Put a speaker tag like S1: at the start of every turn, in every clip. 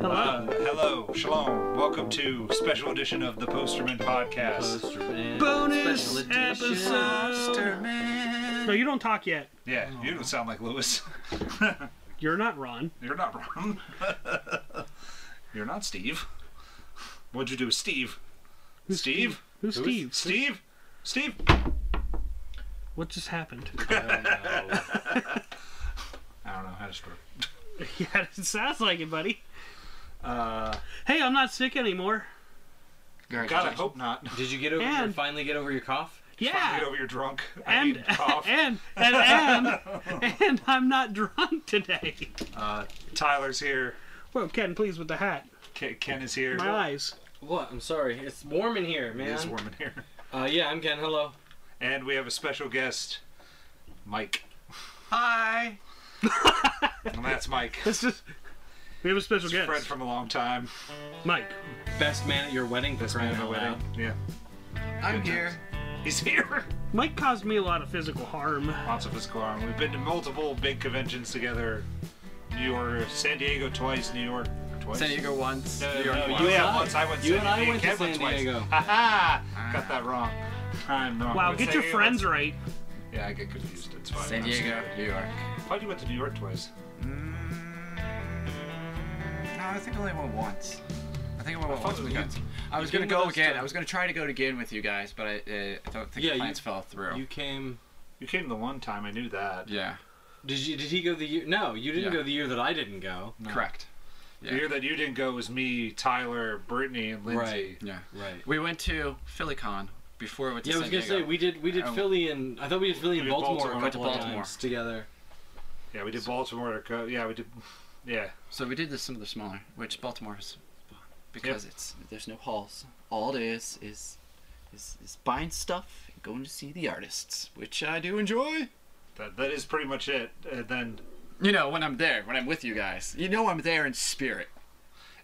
S1: Uh, hello, shalom. Welcome to special edition of the Posterman podcast.
S2: Bonus
S3: No, you don't talk yet.
S1: Yeah, you don't sound like Lewis.
S3: You're not Ron.
S1: You're not wrong. You're not Steve. What'd you do, Steve? Steve?
S3: Who's Steve?
S1: Steve? Steve?
S3: What just happened?
S1: I don't know how to start.
S3: yeah, it sounds like it, buddy. Uh, hey, I'm not sick anymore.
S1: God, I hope not.
S2: Did you get over?
S3: And-
S2: your- finally get over your cough?
S3: Yeah.
S1: Get over your drunk. I
S3: And,
S1: mean, cough.
S3: and and and and I'm not drunk today.
S1: Uh, Tyler's here.
S3: Well, Ken, please with the hat.
S1: Ke- Ken is here.
S3: My eyes.
S2: What? I'm sorry. It's warm in here, man.
S1: It's warm in here.
S2: Uh, yeah, I'm Ken. Hello.
S1: And we have a special guest, Mike.
S2: Hi.
S1: And that's Mike.
S3: This is. We have a special guest,
S1: Friend from a long time.
S3: Mike.
S2: Best man at your wedding. Best
S1: Friend of a wedding. Yeah.
S4: I'm
S1: Good
S4: here.
S1: times. He's here.
S3: Mike caused me a lot of physical harm.
S1: Lots of physical harm. We've been to multiple big conventions together. New York, San Diego twice, New York twice.
S4: San Diego once.
S1: No,
S4: New York
S1: no,
S4: once.
S1: you
S2: and
S1: yeah,
S2: I-
S1: once. I went.
S2: you
S1: San
S2: and I
S1: Diego.
S2: went to
S1: Ken
S2: San
S1: twice.
S2: Diego.
S1: Haha! Got that wrong. I'm wrong.
S3: Wow,
S1: But
S3: get
S1: San
S3: your
S1: Diego
S3: friends
S1: once.
S3: right.
S1: Yeah, I get confused. It's fine.
S4: San
S1: I'm
S4: Diego,
S1: sorry.
S4: New York.
S1: I thought you went to New York twice.
S4: No, I think I only went once. I think I only went
S1: thought
S4: once.
S1: Oh, you-
S4: with you. I was
S2: you
S4: gonna
S2: came with
S4: go
S2: us
S4: again.
S2: to-
S4: I was gonna try to go again with you guys, but I, uh, I don't think
S2: Yeah,
S4: the
S2: you-
S4: plans fell through.
S2: You came.
S1: You came the one time. I knew that.
S4: yeah,
S2: Did you? Did he go the year? No, you didn't
S4: Yeah.
S2: go the year that I didn't go.
S1: No.
S4: correct. Yeah.
S1: The year that you didn't go was me, Tyler, Brittany, and Lindsay.
S4: Yeah,
S2: Right.
S4: we went to PhillyCon before we went to
S2: Yeah, I was
S4: San
S2: gonna
S4: Diego.
S2: say we did we did
S4: Oh.
S2: Philly and I thought we did Philly
S1: We
S2: and
S1: did
S2: Baltimore,
S1: Baltimore.
S2: a
S4: Went to
S2: couple of
S4: Baltimore.
S2: times together.
S1: Yeah, we did Baltimore. Co- Yeah, we did. Yeah,
S4: So we did this some of the smaller, which Baltimore is because it's there's no halls. All it is is is, is buying stuff, and going to see the artists, which I do enjoy.
S1: that, that is pretty much it. And then
S4: You know, when I'm there, when I'm with you guys, you know I'm there in spirit.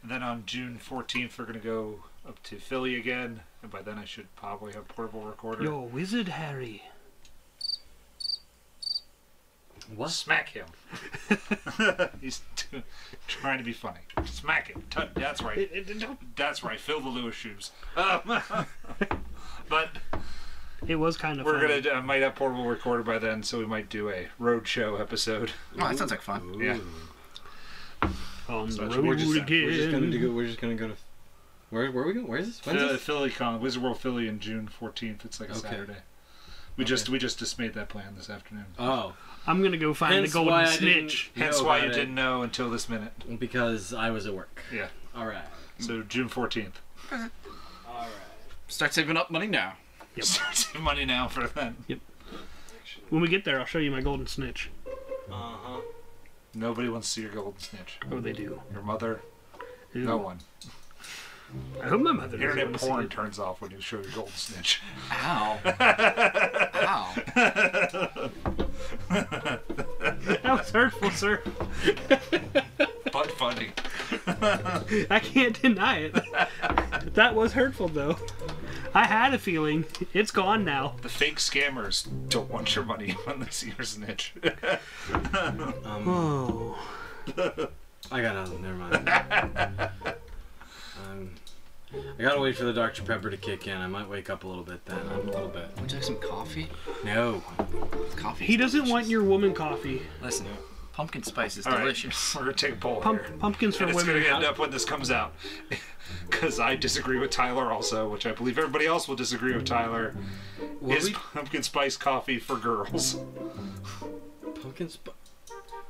S1: And then on June 14th, we're going to go up to Philly again. And by then, I should probably have a portable recorder.
S3: Yo, wizard Harry.
S2: What?
S1: Smack him. He's t- trying to be funny. Smack him. T- that's right. That's right. Fill the Lewis shoes. Um, but
S3: It was kind of.
S1: we're
S3: funny.
S1: going to, I uh, might have portable recorder by then, so we might do a road show episode.
S4: Oh, that sounds like fun.
S1: Yeah.
S3: on the
S1: Such-
S3: road
S1: we're just-
S3: again.
S2: We're just gonna go. We're just gonna go to. Where, where are we going? Where is this? When's
S1: Philly,
S2: this?
S1: Philly Con, Wizard World Philly in June 14th. It's like a
S2: Okay.
S1: Saturday. We just we just just made that plan this afternoon.
S2: Oh,
S3: I'm gonna go find
S2: hence
S3: the golden
S2: why I didn't
S3: snitch.
S2: know
S1: Hence why
S2: about
S1: you
S2: it,
S1: didn't know until this minute.
S2: Because I was at work.
S1: Yeah.
S2: All right.
S1: So June 14th.
S2: All right.
S4: Start saving up money now.
S1: Start saving money now for that.
S3: When we get there, I'll show you my golden snitch.
S2: Uh huh.
S1: Nobody wants to see your golden snitch.
S3: Oh, they do.
S1: Your mother,
S3: Ew.
S1: no one.
S3: I hope my mother doesn't
S1: Internet
S3: want to see
S1: porn
S3: it.
S1: turns off when you show your golden snitch.
S4: Ow. Ow.
S3: That was hurtful, sir.
S1: But funny.
S3: I can't deny it. that was hurtful, though. I had a feeling. It's gone now.
S1: The fake scammers don't want your money when they see your snitch.
S3: Oh.
S2: I got out. Never mind. um, I gotta wait for the Dr Pepper to kick in. I might wake up a little bit then. I'm a little bit.
S4: Would you like some coffee?
S2: No.
S4: Coffee.
S3: He doesn't want your woman coffee.
S4: Listen, pumpkin spice is
S1: All right,
S4: delicious.
S1: we're gonna take a poll
S3: Pump,
S1: here.
S3: pumpkins for
S1: And it's
S3: women.
S1: gonna end up when this comes out, because I disagree with Tyler also, which I believe everybody else will disagree with Tyler.
S2: Were
S1: is
S2: we-
S1: pumpkin spice coffee for girls?
S2: Pumpkin spice.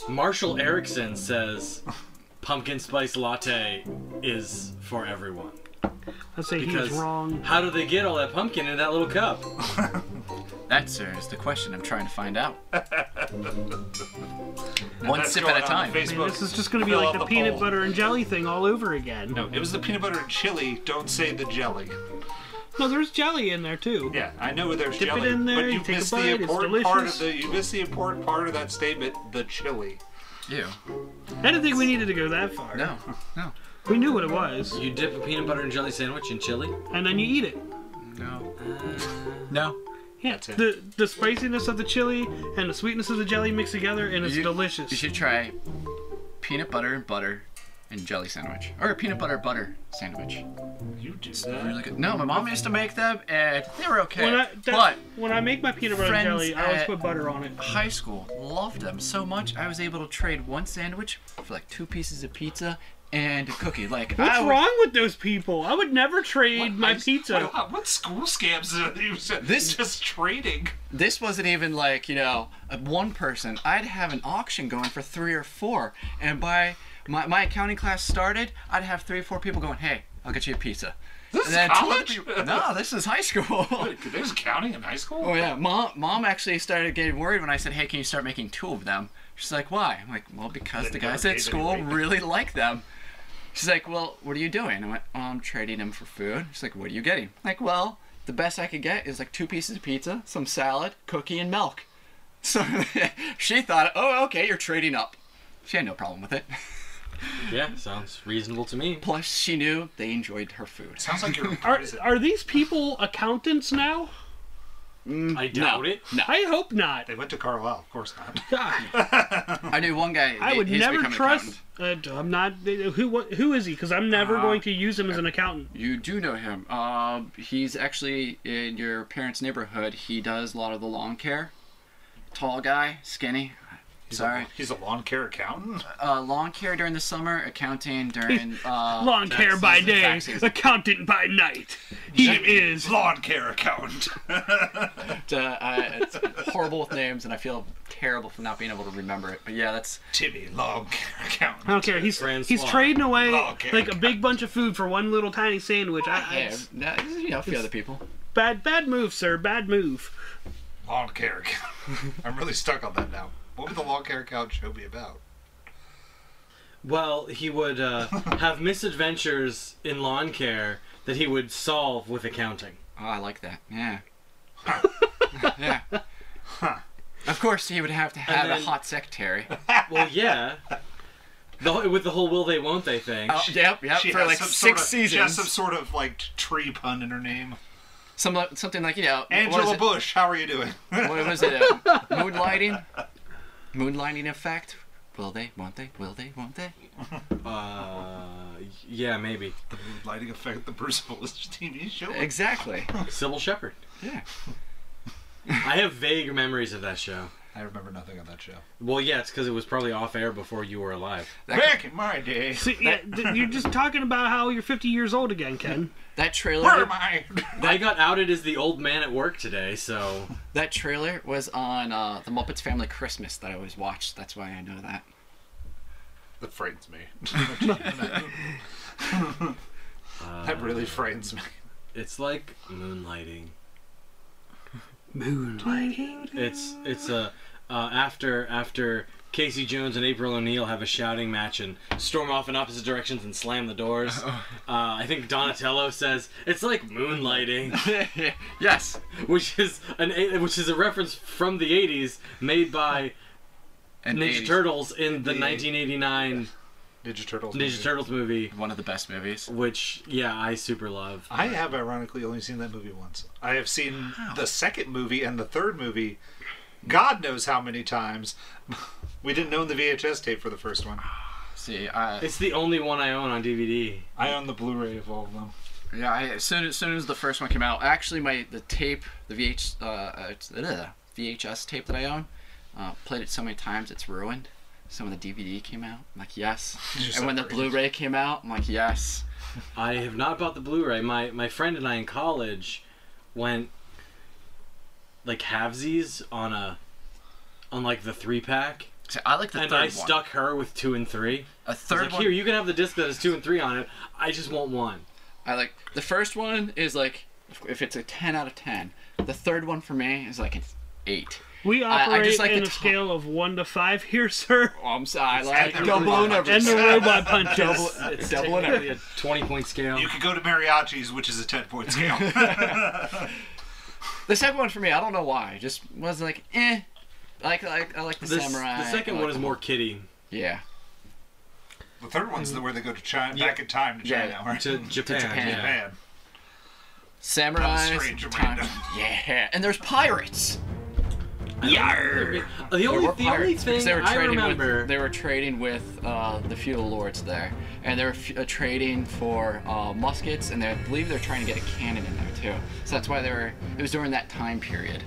S2: Marshall Erickson says pumpkin spice latte is for everyone.
S3: I say he
S2: Because
S3: was wrong.
S2: how do they get all that pumpkin in that little cup?
S4: That, sir, is the question I'm trying to find out. One
S1: That's
S4: sip
S1: going
S4: at a
S1: on
S4: time.
S1: Facebook.
S3: Man, this is just gonna be
S1: Fill
S3: like
S1: out
S3: the, peanut
S1: poll.
S3: butter and jelly thing all over again.
S1: No, it was the peanut butter and chili. Don't say the jelly.
S3: No, there's jelly in there too.
S1: Yeah, I know there's
S3: Dip it
S1: jelly,
S3: in there,
S1: but
S3: you
S1: you
S3: take a
S1: missed
S3: bite,
S1: the
S3: it's
S1: important part of
S3: delicious.
S1: the you missed the important part of that statement, the chili.
S4: Ew.
S3: I didn't think we needed to go that far.
S4: No. No.
S3: We knew what it was,
S2: You dip a peanut butter and jelly sandwich in chili.
S3: and then you eat it.
S4: No. No.
S3: Yeah,
S1: That's it.
S3: the the spiciness of the chili and the sweetness of the jelly mixed together, and it's
S4: You-
S3: delicious.
S4: You should try peanut butter and butter and jelly sandwich, or a peanut butter butter sandwich.
S1: You do
S4: They're Really
S1: that.
S4: good. No, my mom used to make them, and they were okay.
S3: When I, that,
S4: but
S3: when I make my peanut butter and
S4: friends
S3: jelly, I always
S4: at-
S3: put butter on it.
S4: high school loved them so much I was able to trade one sandwich for like two pieces of pizza and a cookie. Like
S3: What's
S4: I would-
S3: wrong with those people? I would never trade
S4: What?
S3: my
S4: I-
S3: pizza.
S1: Wow, uh, what school scams are you
S4: This-
S1: this just trading?
S4: This wasn't even like you know a- one person. I'd have an auction going for three or four, and by my, my accounting class started, I'd have three or four people going, "Hey, I'll get you a pizza." This
S1: is college?
S4: no, this is high school.
S1: There's counting in high school.
S4: Oh yeah, mom. Mom actually started getting worried when I said, "Hey, can you start making two of them?" She's like, "Why?" I'm like, "Well, because
S1: They
S4: the guys
S1: never
S4: at
S1: gave
S4: school
S1: anybody.
S4: really like them." She's like, "Well, what are you doing?" I went, oh, "I'm trading them for food." She's like, "What are you getting?" I'm like, well, the best I could get is like two pieces of pizza, some salad, cookie, and milk. So she thought, "Oh, okay, you're trading up." She had no problem with it.
S2: Yeah, sounds reasonable to me.
S4: Plus, she knew they enjoyed her food.
S1: Sounds like you're in
S3: Are,
S1: prison.
S3: are these people accountants now?
S2: I doubt it.
S4: No,
S3: I hope not.
S1: They went to Carlisle, of course not.
S3: God,
S4: I knew one guy.
S3: I
S4: he-
S3: would
S4: he's
S3: never
S4: become an
S3: trust.
S4: accountant.
S3: Uh, I'm not. Who what- who is he? Because I'm never
S4: Ah.
S3: going to use him as an accountant.
S4: You do know him. Uh, he's actually in your parents' neighborhood. He does a lot of the lawn care. Tall guy, skinny.
S1: He's
S4: Sorry.
S1: A, he's a lawn care accountant.
S4: Uh, lawn care during the summer, accounting during. Uh,
S3: Lawn care
S4: taxes
S3: by
S4: and
S3: day,
S4: taxes.
S3: accountant by night. He is.
S1: Lawn care accountant.
S4: Uh, I, it's horrible with names, and I feel terrible for not being able to remember it. But yeah, that's.
S1: Timmy, lawn care
S3: I
S1: accountant.
S3: don't care. He's
S2: Francois.
S3: he's trading away
S1: Lawn care
S3: like a big bunch of food for one little tiny sandwich. I, I-
S4: Yeah, that- you know, a few other people.
S3: Bad bad move, sir. Bad move.
S1: Lawn care accountant. I'm really stuck on that now. What would the lawn care accountant show be about?
S2: Well, he would uh, have misadventures in lawn care that he would solve with accounting.
S4: Oh, I like that. Yeah. yeah. Of course, he would have to have
S2: then-
S4: a hot secretary.
S2: Well, yeah. The, whole- with the whole will they won't they thing.
S4: Oh, yep, yep. for
S1: has
S4: like
S1: some
S4: six
S1: sort of,
S4: seasons.
S1: She has some sort of like tree pun in her name.
S4: some something like you know what is
S1: Angela
S4: it?
S1: Bush, how are you doing?
S4: What was it? Uh, moonlighting. Moonlighting effect. Will they? Won't they? Will they? Won't they?
S2: Uh, yeah, maybe.
S1: Lighting effect, the Bruce Willis TV show.
S4: Exactly.
S2: Sybil Shepherd.
S4: Yeah.
S2: I have vague memories of that show.
S1: I remember nothing on that show.
S2: Well, yeah, it's because it was probably off air before you were alive.
S1: Back in my day,
S3: See, yeah, th- you're just talking about how you're 50 years old again, Ken.
S4: That
S1: where
S4: trailer.
S1: am I?
S2: I got outed as the old man at work today, so
S4: That trailer was on uh, the Muppets Family Christmas that I always watched. That's why I know that.
S1: That frightens me. that really frightens me.
S2: it's like moonlighting.
S3: Moonlighting.
S2: It's it's a uh, after after Casey Jones and April O'Neil have a shouting match and storm off in opposite directions and slam the doors. Uh, I think Donatello says it's like moonlighting,
S4: yes.
S2: which is an a- which is a reference from the '80s made by
S4: And
S2: Ninja
S4: 80s.
S2: Turtles in the
S4: The 80s.
S2: 1989
S1: Ninja Turtles.
S2: Ninja Turtles movie,
S4: One of the best movies.
S2: which yeah I super love.
S1: I have ironically only seen that movie once. I have seen the second movie and the third movie, God knows how many times. We didn't own the VHS tape for the first one.
S4: See, I,
S2: It's the only one I own on DVD.
S1: I own the Blu-ray of all of them.
S4: yeah. I, as soon as soon as the first one came out, actually, my the tape, the VH, uh, uh, it's- uh, VHS tape that I own, uh, played it so many times it's ruined. So when the DVD came out, I'm like yes.
S1: You're
S4: And when the
S1: separated.
S4: Blu-ray came out, I'm like yes.
S2: I have not bought the Blu-ray. My my friend and I in college went like halvesies on a on like the three pack,
S4: See, I like the
S2: and
S4: third
S2: I
S4: one.
S2: stuck her with two and three. I
S4: a
S2: was
S4: third
S2: like,
S4: one.
S2: here you can have the disc that has two and three on it. I just want one.
S4: I like the first one is like if- if it's a ten out of ten. The third one for me is like an eight.
S3: We
S4: I-
S3: operate
S4: I just like
S3: in
S4: the
S3: a
S4: top.
S3: scale of one to five here, sir.
S4: Oh, I'm sorry, like
S1: and the
S4: doubling
S1: robot.
S4: over.
S3: And the robot punches.
S4: double,
S2: It's
S4: double and
S2: technically
S4: over.
S2: a twenty-point scale.
S1: You could go to Mariachi's, which is a ten-point scale.
S4: The second one for me, I don't know why, just was like eh. I Like like I like the
S2: The, s-
S4: samurai.
S2: the second
S4: I like
S2: one is
S4: the-
S2: more kitty
S4: Yeah.
S1: the third one's the where they go to China,
S2: Yeah.
S1: back in time to
S4: Yeah,
S1: China, right?
S2: to Japan.
S4: Japan.
S2: yeah.
S1: Man,
S4: Samurai.
S1: strange and
S4: time-
S1: random.
S4: Yeah, and there's pirates.
S2: Yarr! The only,
S4: were
S2: the only
S4: pirates
S2: thing
S4: because they were
S2: I
S4: trading
S2: remember.
S4: with they were trading with uh, the feudal lords there, and they were f- uh, trading for uh, muskets, and they, I believe they're trying to get a cannon in there too. So that's why they were. It was during that time period.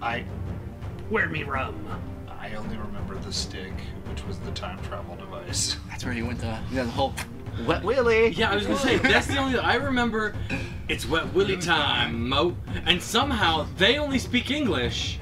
S1: I
S3: Where me rum?
S1: I only remember the stick, which was the time travel device.
S4: That's where you went the you know, the whole wet willy.
S2: Yeah, I was gonna say that's the only I remember. It's Wet Willy time, Mo. And somehow they only speak English,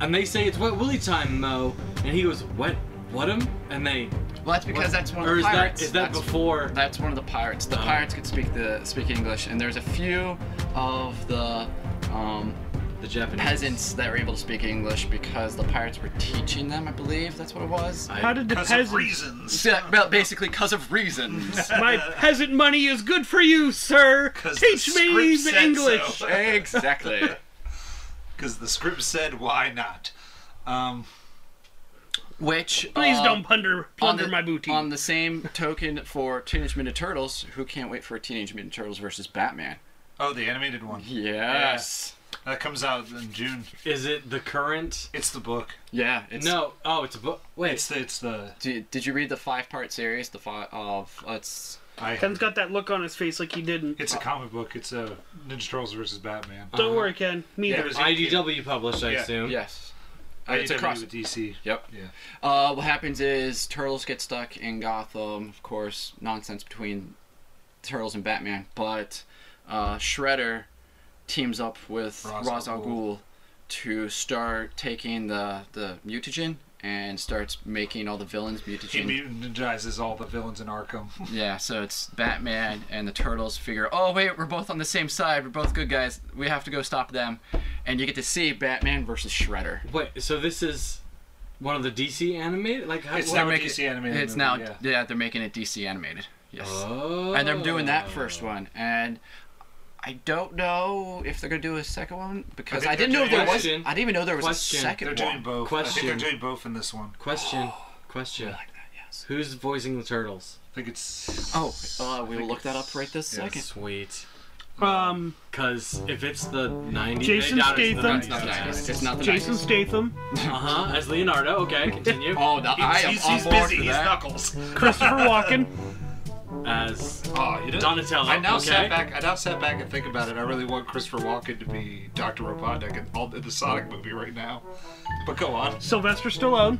S2: and they say it's Wet Willy time, Mo. And he goes, "What? Whatum?" And they,
S4: Well, that's because that's one of
S2: or
S4: the
S2: is
S4: pirates.
S2: that is that
S4: that's,
S2: before?
S4: That's one of the pirates. The
S2: Oh.
S4: pirates could speak the speak English, and there's a few of the um,
S2: The Japanese
S4: peasants that were able to speak English because the pirates were teaching them. I believe that's what it was.
S2: I-
S3: How did the
S1: Because of
S3: peasant?
S1: reasons.
S4: Yeah, well, basically because of reasons.
S3: My peasant money is good for you, sir.
S1: 'Cause the
S3: Teach me
S1: script
S3: the
S1: said
S3: English.
S1: so.
S4: exactly.
S1: Because the script said, why not? Um,
S4: Which
S3: Please
S4: uh,
S3: don't plunder
S4: on
S3: plunder
S4: the-
S3: my booty.
S4: On the same token, for Teenage Mutant Ninja Turtles, who can't wait for Teenage Mutant Turtles versus Batman?
S1: oh, the animated one.
S4: Yes.
S1: That comes out in June.
S2: Is it the current?
S1: It's the book.
S4: Yeah. It's,
S2: No. Oh, it's a book. Wait.
S1: It's the, it's the
S4: Did, did you read the five-part series? The five of it's
S1: I,
S3: Ken's got that look on his face like he didn't.
S1: it's a comic book. It's a Ninja Turtles versus Batman.
S4: Uh-huh.
S3: Don't worry, Ken. Me
S1: Yeah,
S3: either.
S1: it was
S2: IDW published, I
S1: Yeah.
S2: assume.
S4: yes. Uh,
S1: IDW
S4: it's a cross.
S1: with DC.
S4: Yep.
S1: Yeah.
S4: Uh, what happens is Turtles get stuck in Gotham. Of course, nonsense between Turtles and Batman. But uh, Shredder teams up with
S1: Ra's
S4: Ra's,
S1: al
S4: al
S1: Ghul.
S4: Ghul to start taking the the mutagen and starts making all the villains
S1: He
S4: mutagen.
S1: mutanizes all the villains in Arkham.
S4: yeah, so it's Batman and the Turtles figure, oh wait, we're both on the same side. We're both good guys. We have to go stop them. And you get to see Batman versus Shredder.
S2: Wait. So this is one of the DC animated. Like how?
S1: It's
S2: what-
S1: now a
S4: making-
S1: DC animated.
S4: it's
S1: movie,
S4: now
S1: Yeah.
S4: yeah. they're making it DC animated. Yes.
S2: Oh.
S4: and they're doing that first one and I don't know if they're gonna do a second one because
S1: I
S4: I,
S1: think
S4: didn't
S1: they're
S4: know there was. I
S2: doing-
S4: didn't even know there was
S2: Question.
S4: a
S1: They're
S4: second
S1: doing
S4: one.
S1: both. I
S2: Question.
S1: think they're doing both in this one.
S2: Question. Question.
S4: Like that, yes.
S2: Who's voicing the turtles?
S1: I think it's.
S4: Oh, uh, we will look that up right this
S1: yeah,
S4: second.
S2: Sweet.
S3: Um,
S2: Cause if it's the 90s,
S3: Jason Statham.
S4: It's not the 90s. It's not the
S3: Jason
S4: 90s.
S3: Statham,
S2: Uh huh. As Leonardo. Okay, continue.
S4: Oh, no, I
S1: He's,
S4: am
S1: he's,
S4: on
S1: he's
S4: board
S1: busy.
S4: for
S1: He's
S4: that.
S1: Knuckles.
S3: Christopher Walken.
S2: As
S1: Oh, you did
S2: Donatello,
S1: I now
S2: okay.
S1: sat back. I now sat back and think about it. I really want Christopher Walken to be Doctor Robotnik in all in the Sonic movie right now. But go on.
S3: Sylvester Stallone.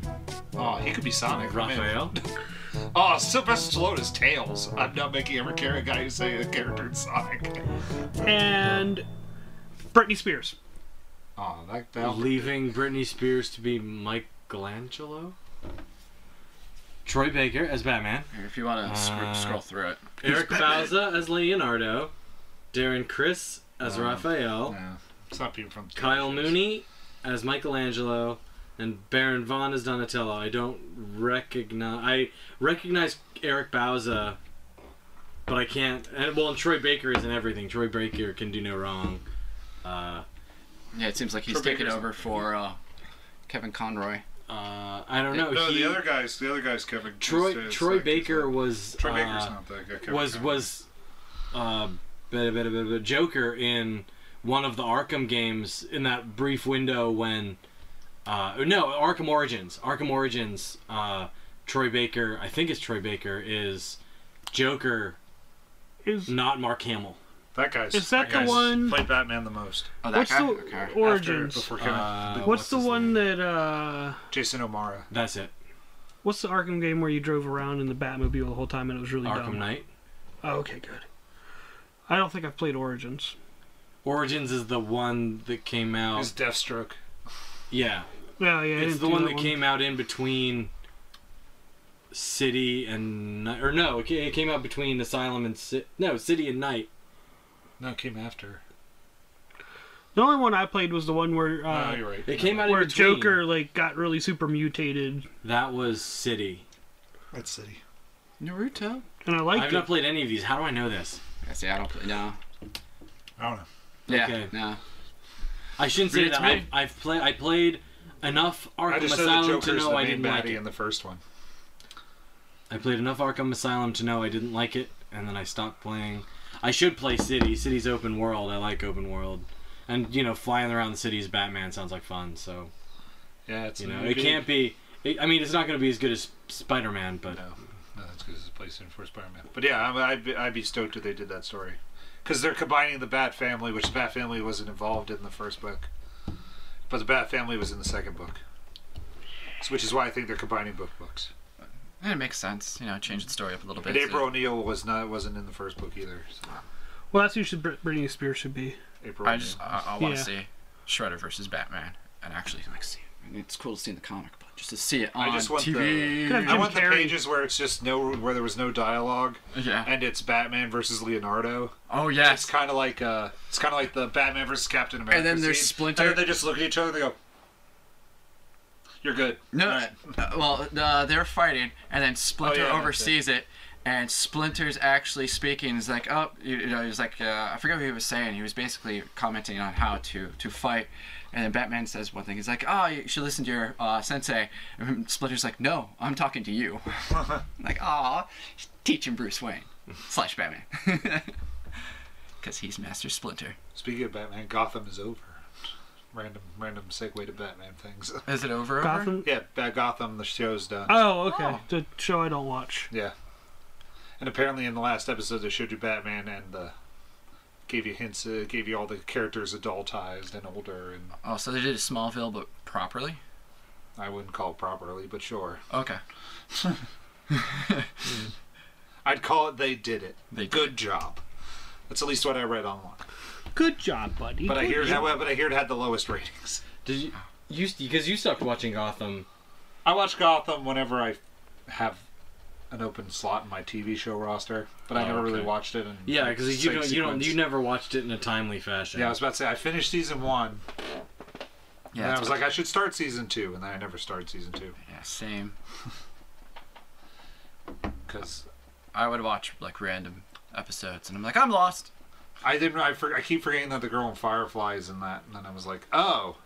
S1: Oh, he could be Sonic. I'm in.
S2: Raphael.
S1: Oh, Sylvester Stallone is Tails. I'm not making every char- guy who say a character in Sonic.
S3: and Britney Spears.
S1: Oh, that that.
S2: Leaving Britney Spears to be Michelangelo. Troy Baker as Batman.
S4: If you want to
S2: Uh,
S4: scroll through it.
S2: Eric Bauza as Leonardo. Darren Chris as Raphael.
S1: No, it's not people from.
S2: Kyle Mooney as Michelangelo, and Baron Vaughn as Donatello. I don't recognize. I recognize Eric Bauza, but I can't. And well, and Troy Baker is in everything. Troy Baker can do no wrong. Uh,
S4: Yeah, it seems like he's
S1: Troy
S4: taking
S1: Baker's-
S4: over for uh, Kevin Conroy.
S2: uh, I don't know.
S1: No,
S2: he,
S1: the other guys. The other guys, Kevin.
S2: Troy
S1: It's, uh,
S2: Troy
S1: it's like-
S2: Baker was
S1: Troy Baker's
S2: uh,
S1: not that guy. Kevin
S2: was
S1: Conroy.
S2: was uh, bit, bit, bit, bit, Joker in one of the Arkham games in that brief window when uh, no Arkham Origins Arkham Origins uh, Troy Baker I think it's Troy Baker is Joker
S3: Is
S2: not Mark Hamill
S1: that guy's.
S3: Is that the
S1: guy's
S3: one-
S1: played Batman the most?
S4: Oh, that
S3: what's
S4: guy?
S3: the
S4: okay.
S3: origins?
S1: After, before Kevin.
S2: Uh,
S3: what's, the
S2: his
S3: one
S2: name?
S3: that uh?
S1: Jason O'Mara.
S2: that's it
S3: What's the Arkham game where you drove around in the Batmobile the whole time and it was really
S2: Arkham
S3: dumb?
S2: Knight
S3: Oh, okay, good. I don't think I've played Origins.
S2: Origins is the one that came out
S1: Is Deathstroke.
S2: yeah
S3: Yeah, yeah. I
S2: It's
S3: didn't
S2: the
S3: do
S2: one
S3: that
S2: that came out in between City and Ni- or no, it ca- it came out between Asylum and Ci- no City and Night.
S1: No, it came after.
S3: The only one I played was the one where
S1: Oh,
S3: uh,
S1: you're right.
S2: It came out
S3: where
S2: in between.
S3: Joker like got really super mutated,
S2: That was City.
S1: Red City.
S4: Naruto?
S3: and I
S2: I've
S3: liked
S2: not
S3: it.
S2: played any of these. How do I know this?
S4: Yeah, see, I don't play. No.
S1: I don't know.
S4: Yeah.
S2: Okay.
S4: No.
S2: I shouldn't
S4: Read
S2: say
S4: it
S2: that.
S4: to me.
S2: I've, I've played. I played enough
S1: I
S2: Arkham
S1: just know the
S2: Asylum
S1: Joker
S2: to
S1: is the
S2: know I
S1: main
S2: didn't
S1: baddie
S2: like it.
S1: in the first one.
S2: I played enough Arkham Asylum to know I didn't like it, and then I stopped playing. I should play City. City's open world. I like open world. and you know, flying around the city as Batman sounds like fun. So
S1: Yeah, it's
S2: you
S1: a
S2: know,
S1: new
S2: it
S1: game.
S2: can't be. It, I mean, it's not going to be as good as Spider Man, but
S1: No, uh, no, that's because it's a place in for Spider-Man. But yeah, I'm, I'd, be, I'd be stoked if they did that story, because they're combining the Bat Family, which the Bat Family wasn't involved in the first book, but the Bat Family was in the second book, so, which is why I think they're combining both books.
S4: And it makes sense, you know, change the story up a little bit.
S1: And April O'Neil was not wasn't in the first book either. So
S3: Well, that's who should Br- Britney Spears should be.
S1: April
S4: I
S1: O'Neil.
S4: just I, I want
S3: Yeah.
S4: to see Shredder versus Batman and actually like see. It. And it's cool to see in the comic, but just to see it on
S1: I just want
S4: TV.
S3: Could have
S1: I
S3: Jim
S1: want the
S3: Carrey.
S1: pages where it's just no where there was no dialogue
S4: yeah.
S1: and it's Batman versus Leonardo.
S4: Oh
S1: It's
S4: yes.
S1: kind of like uh, it's kind of like the Batman versus Captain America.
S4: And then there's
S1: scene.
S4: Splinter.
S1: And then they just look at each other. and They go, "You're good."
S4: No.
S1: All right.
S4: uh, well, uh, they're fighting, and then Splinter
S1: Oh, yeah,
S4: oversees it. And Splinter's actually speaking. He's like, oh, you, you know, he's like, uh, I forget what he was saying. He was basically commenting on how to to fight. And then Batman says one thing. He's like, oh, you should listen to your uh, sensei. And Splinter's like, no, I'm talking to you. like, aw, teaching Bruce Wayne slash Batman. Because he's Master Splinter.
S1: Speaking of Batman, Gotham is over. Random, random segue to Batman things.
S4: Is it over? over?
S3: Gotham.
S1: yeah, Ba- Gotham. The show's done.
S3: Oh, okay.
S4: Oh.
S3: The show I don't watch.
S1: yeah, and apparently in the last episode they showed you Batman and uh, gave you hints, uh, gave you all the characters adultized and older, and
S4: Oh, so they did a Smallville, but properly.
S1: I wouldn't call it properly, but sure,
S4: Okay.
S1: I'd call it they did it.
S4: They did
S1: good job. That's at least what I read online.
S3: Good job, buddy.
S1: But I
S3: Good
S1: hear,
S3: job.
S1: but I hear it had the lowest ratings.
S2: did you?
S1: Oh.
S2: You because you stopped watching Gotham.
S1: I watch Gotham whenever I have an open slot in my TV show roster, but I
S2: Oh,
S1: never really
S2: okay.
S1: watched it. In
S2: Yeah,
S1: like,
S2: because you
S1: se-
S2: don't, you don't,
S1: sequence.
S2: you never watched it in a timely fashion.
S1: Yeah, I was about to say I finished season one,
S4: Yeah.
S1: and I
S4: that's
S1: was like I should start season two, and then I never started season two
S4: Yeah, same.
S1: because
S4: I would watch like random episodes, and I'm like, I'm lost.
S1: I didn't. I, for, I keep forgetting that the girl in Firefly is in that, and then I was like, oh,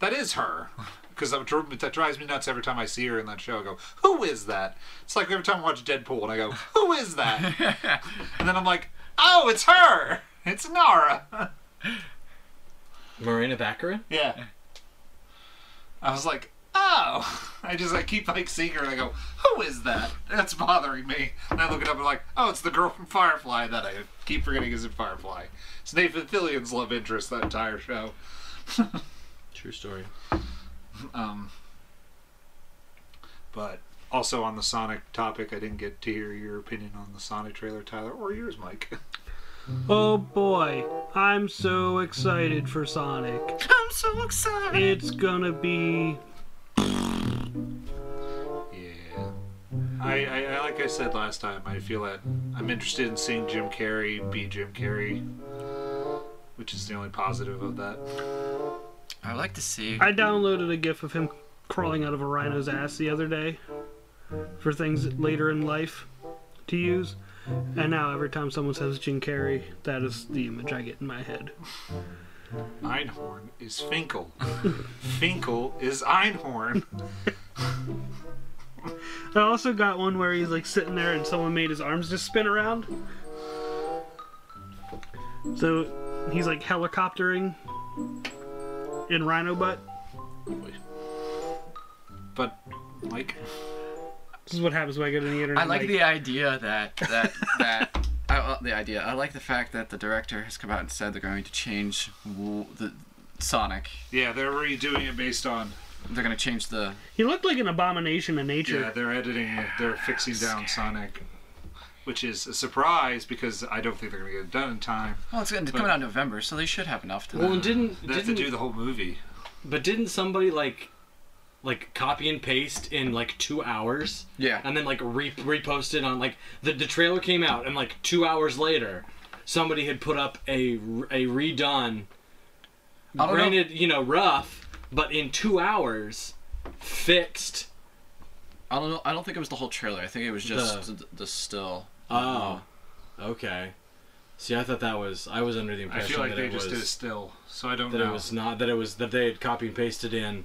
S1: that is her. Because that, dri- that drives me nuts every time I see her in that show. I go, who is that? It's like every time I watch Deadpool, and I go, who is that? and then I'm like, oh, it's her. It's Nara.
S2: Marina Baccarin.
S1: Yeah. I was like, oh. I just I keep like seeing her and I go, who is that? That's bothering me. And I look it up and I'm like, oh, it's the girl from Firefly that I keep forgetting is in Firefly. It's Nathan Fillion's love interest that entire show.
S2: True story.
S1: Um, but also on the Sonic topic, I didn't get to hear your opinion on the Sonic trailer, Tyler, or yours, Mike.
S3: Oh boy, I'm so excited for Sonic.
S4: I'm so excited.
S3: It's gonna be.
S1: Yeah. I, I, I like I said last time, I feel that I'm interested in seeing Jim Carrey be Jim Carrey, which is the only positive of that.
S4: I would like to see.
S3: I downloaded a GIF of him crawling out of a rhino's ass the other day for things later in life to use. And now every time someone says Jim Carrey, that is the image I get in my head.
S1: Einhorn is Finkel. Finkel is Einhorn.
S3: I also got one where he's like sitting there and someone made his arms just spin around. So he's like helicoptering in rhino butt.
S1: But like,
S3: This is what happens when I get on the internet.
S4: I like the idea that that that. I love the idea. I like the fact that the director has come out and said they're going to change w- the Sonic.
S1: yeah, they're redoing it based on
S4: They're going to change the.
S3: He looked like an abomination of nature.
S1: yeah, they're editing it, they're fixing down Sonic, which is a surprise because I don't think they're gonna get it done in time.
S4: Well, oh, it's going to come out in November, so they should have enough to.
S2: Well, and didn't
S1: They have to
S2: didn't
S1: do the whole movie.
S2: but didn't somebody like like copy and paste in like two hours?
S4: Yeah.
S2: and then like re- reposted on like the, the trailer came out and like two hours later somebody had put up a a redone
S4: I don't know.
S2: granted you know rough but in two hours fixed
S4: I don't know. I don't think it was the whole trailer. I think it was just
S2: The-
S4: the, the still.
S2: oh okay see i thought that was i was under the
S1: I
S2: impression
S1: feel like
S2: that
S1: they
S2: it
S1: just did it
S2: was
S1: still, so I don't
S2: that
S1: know.
S2: it was not that it was that they had copy and pasted in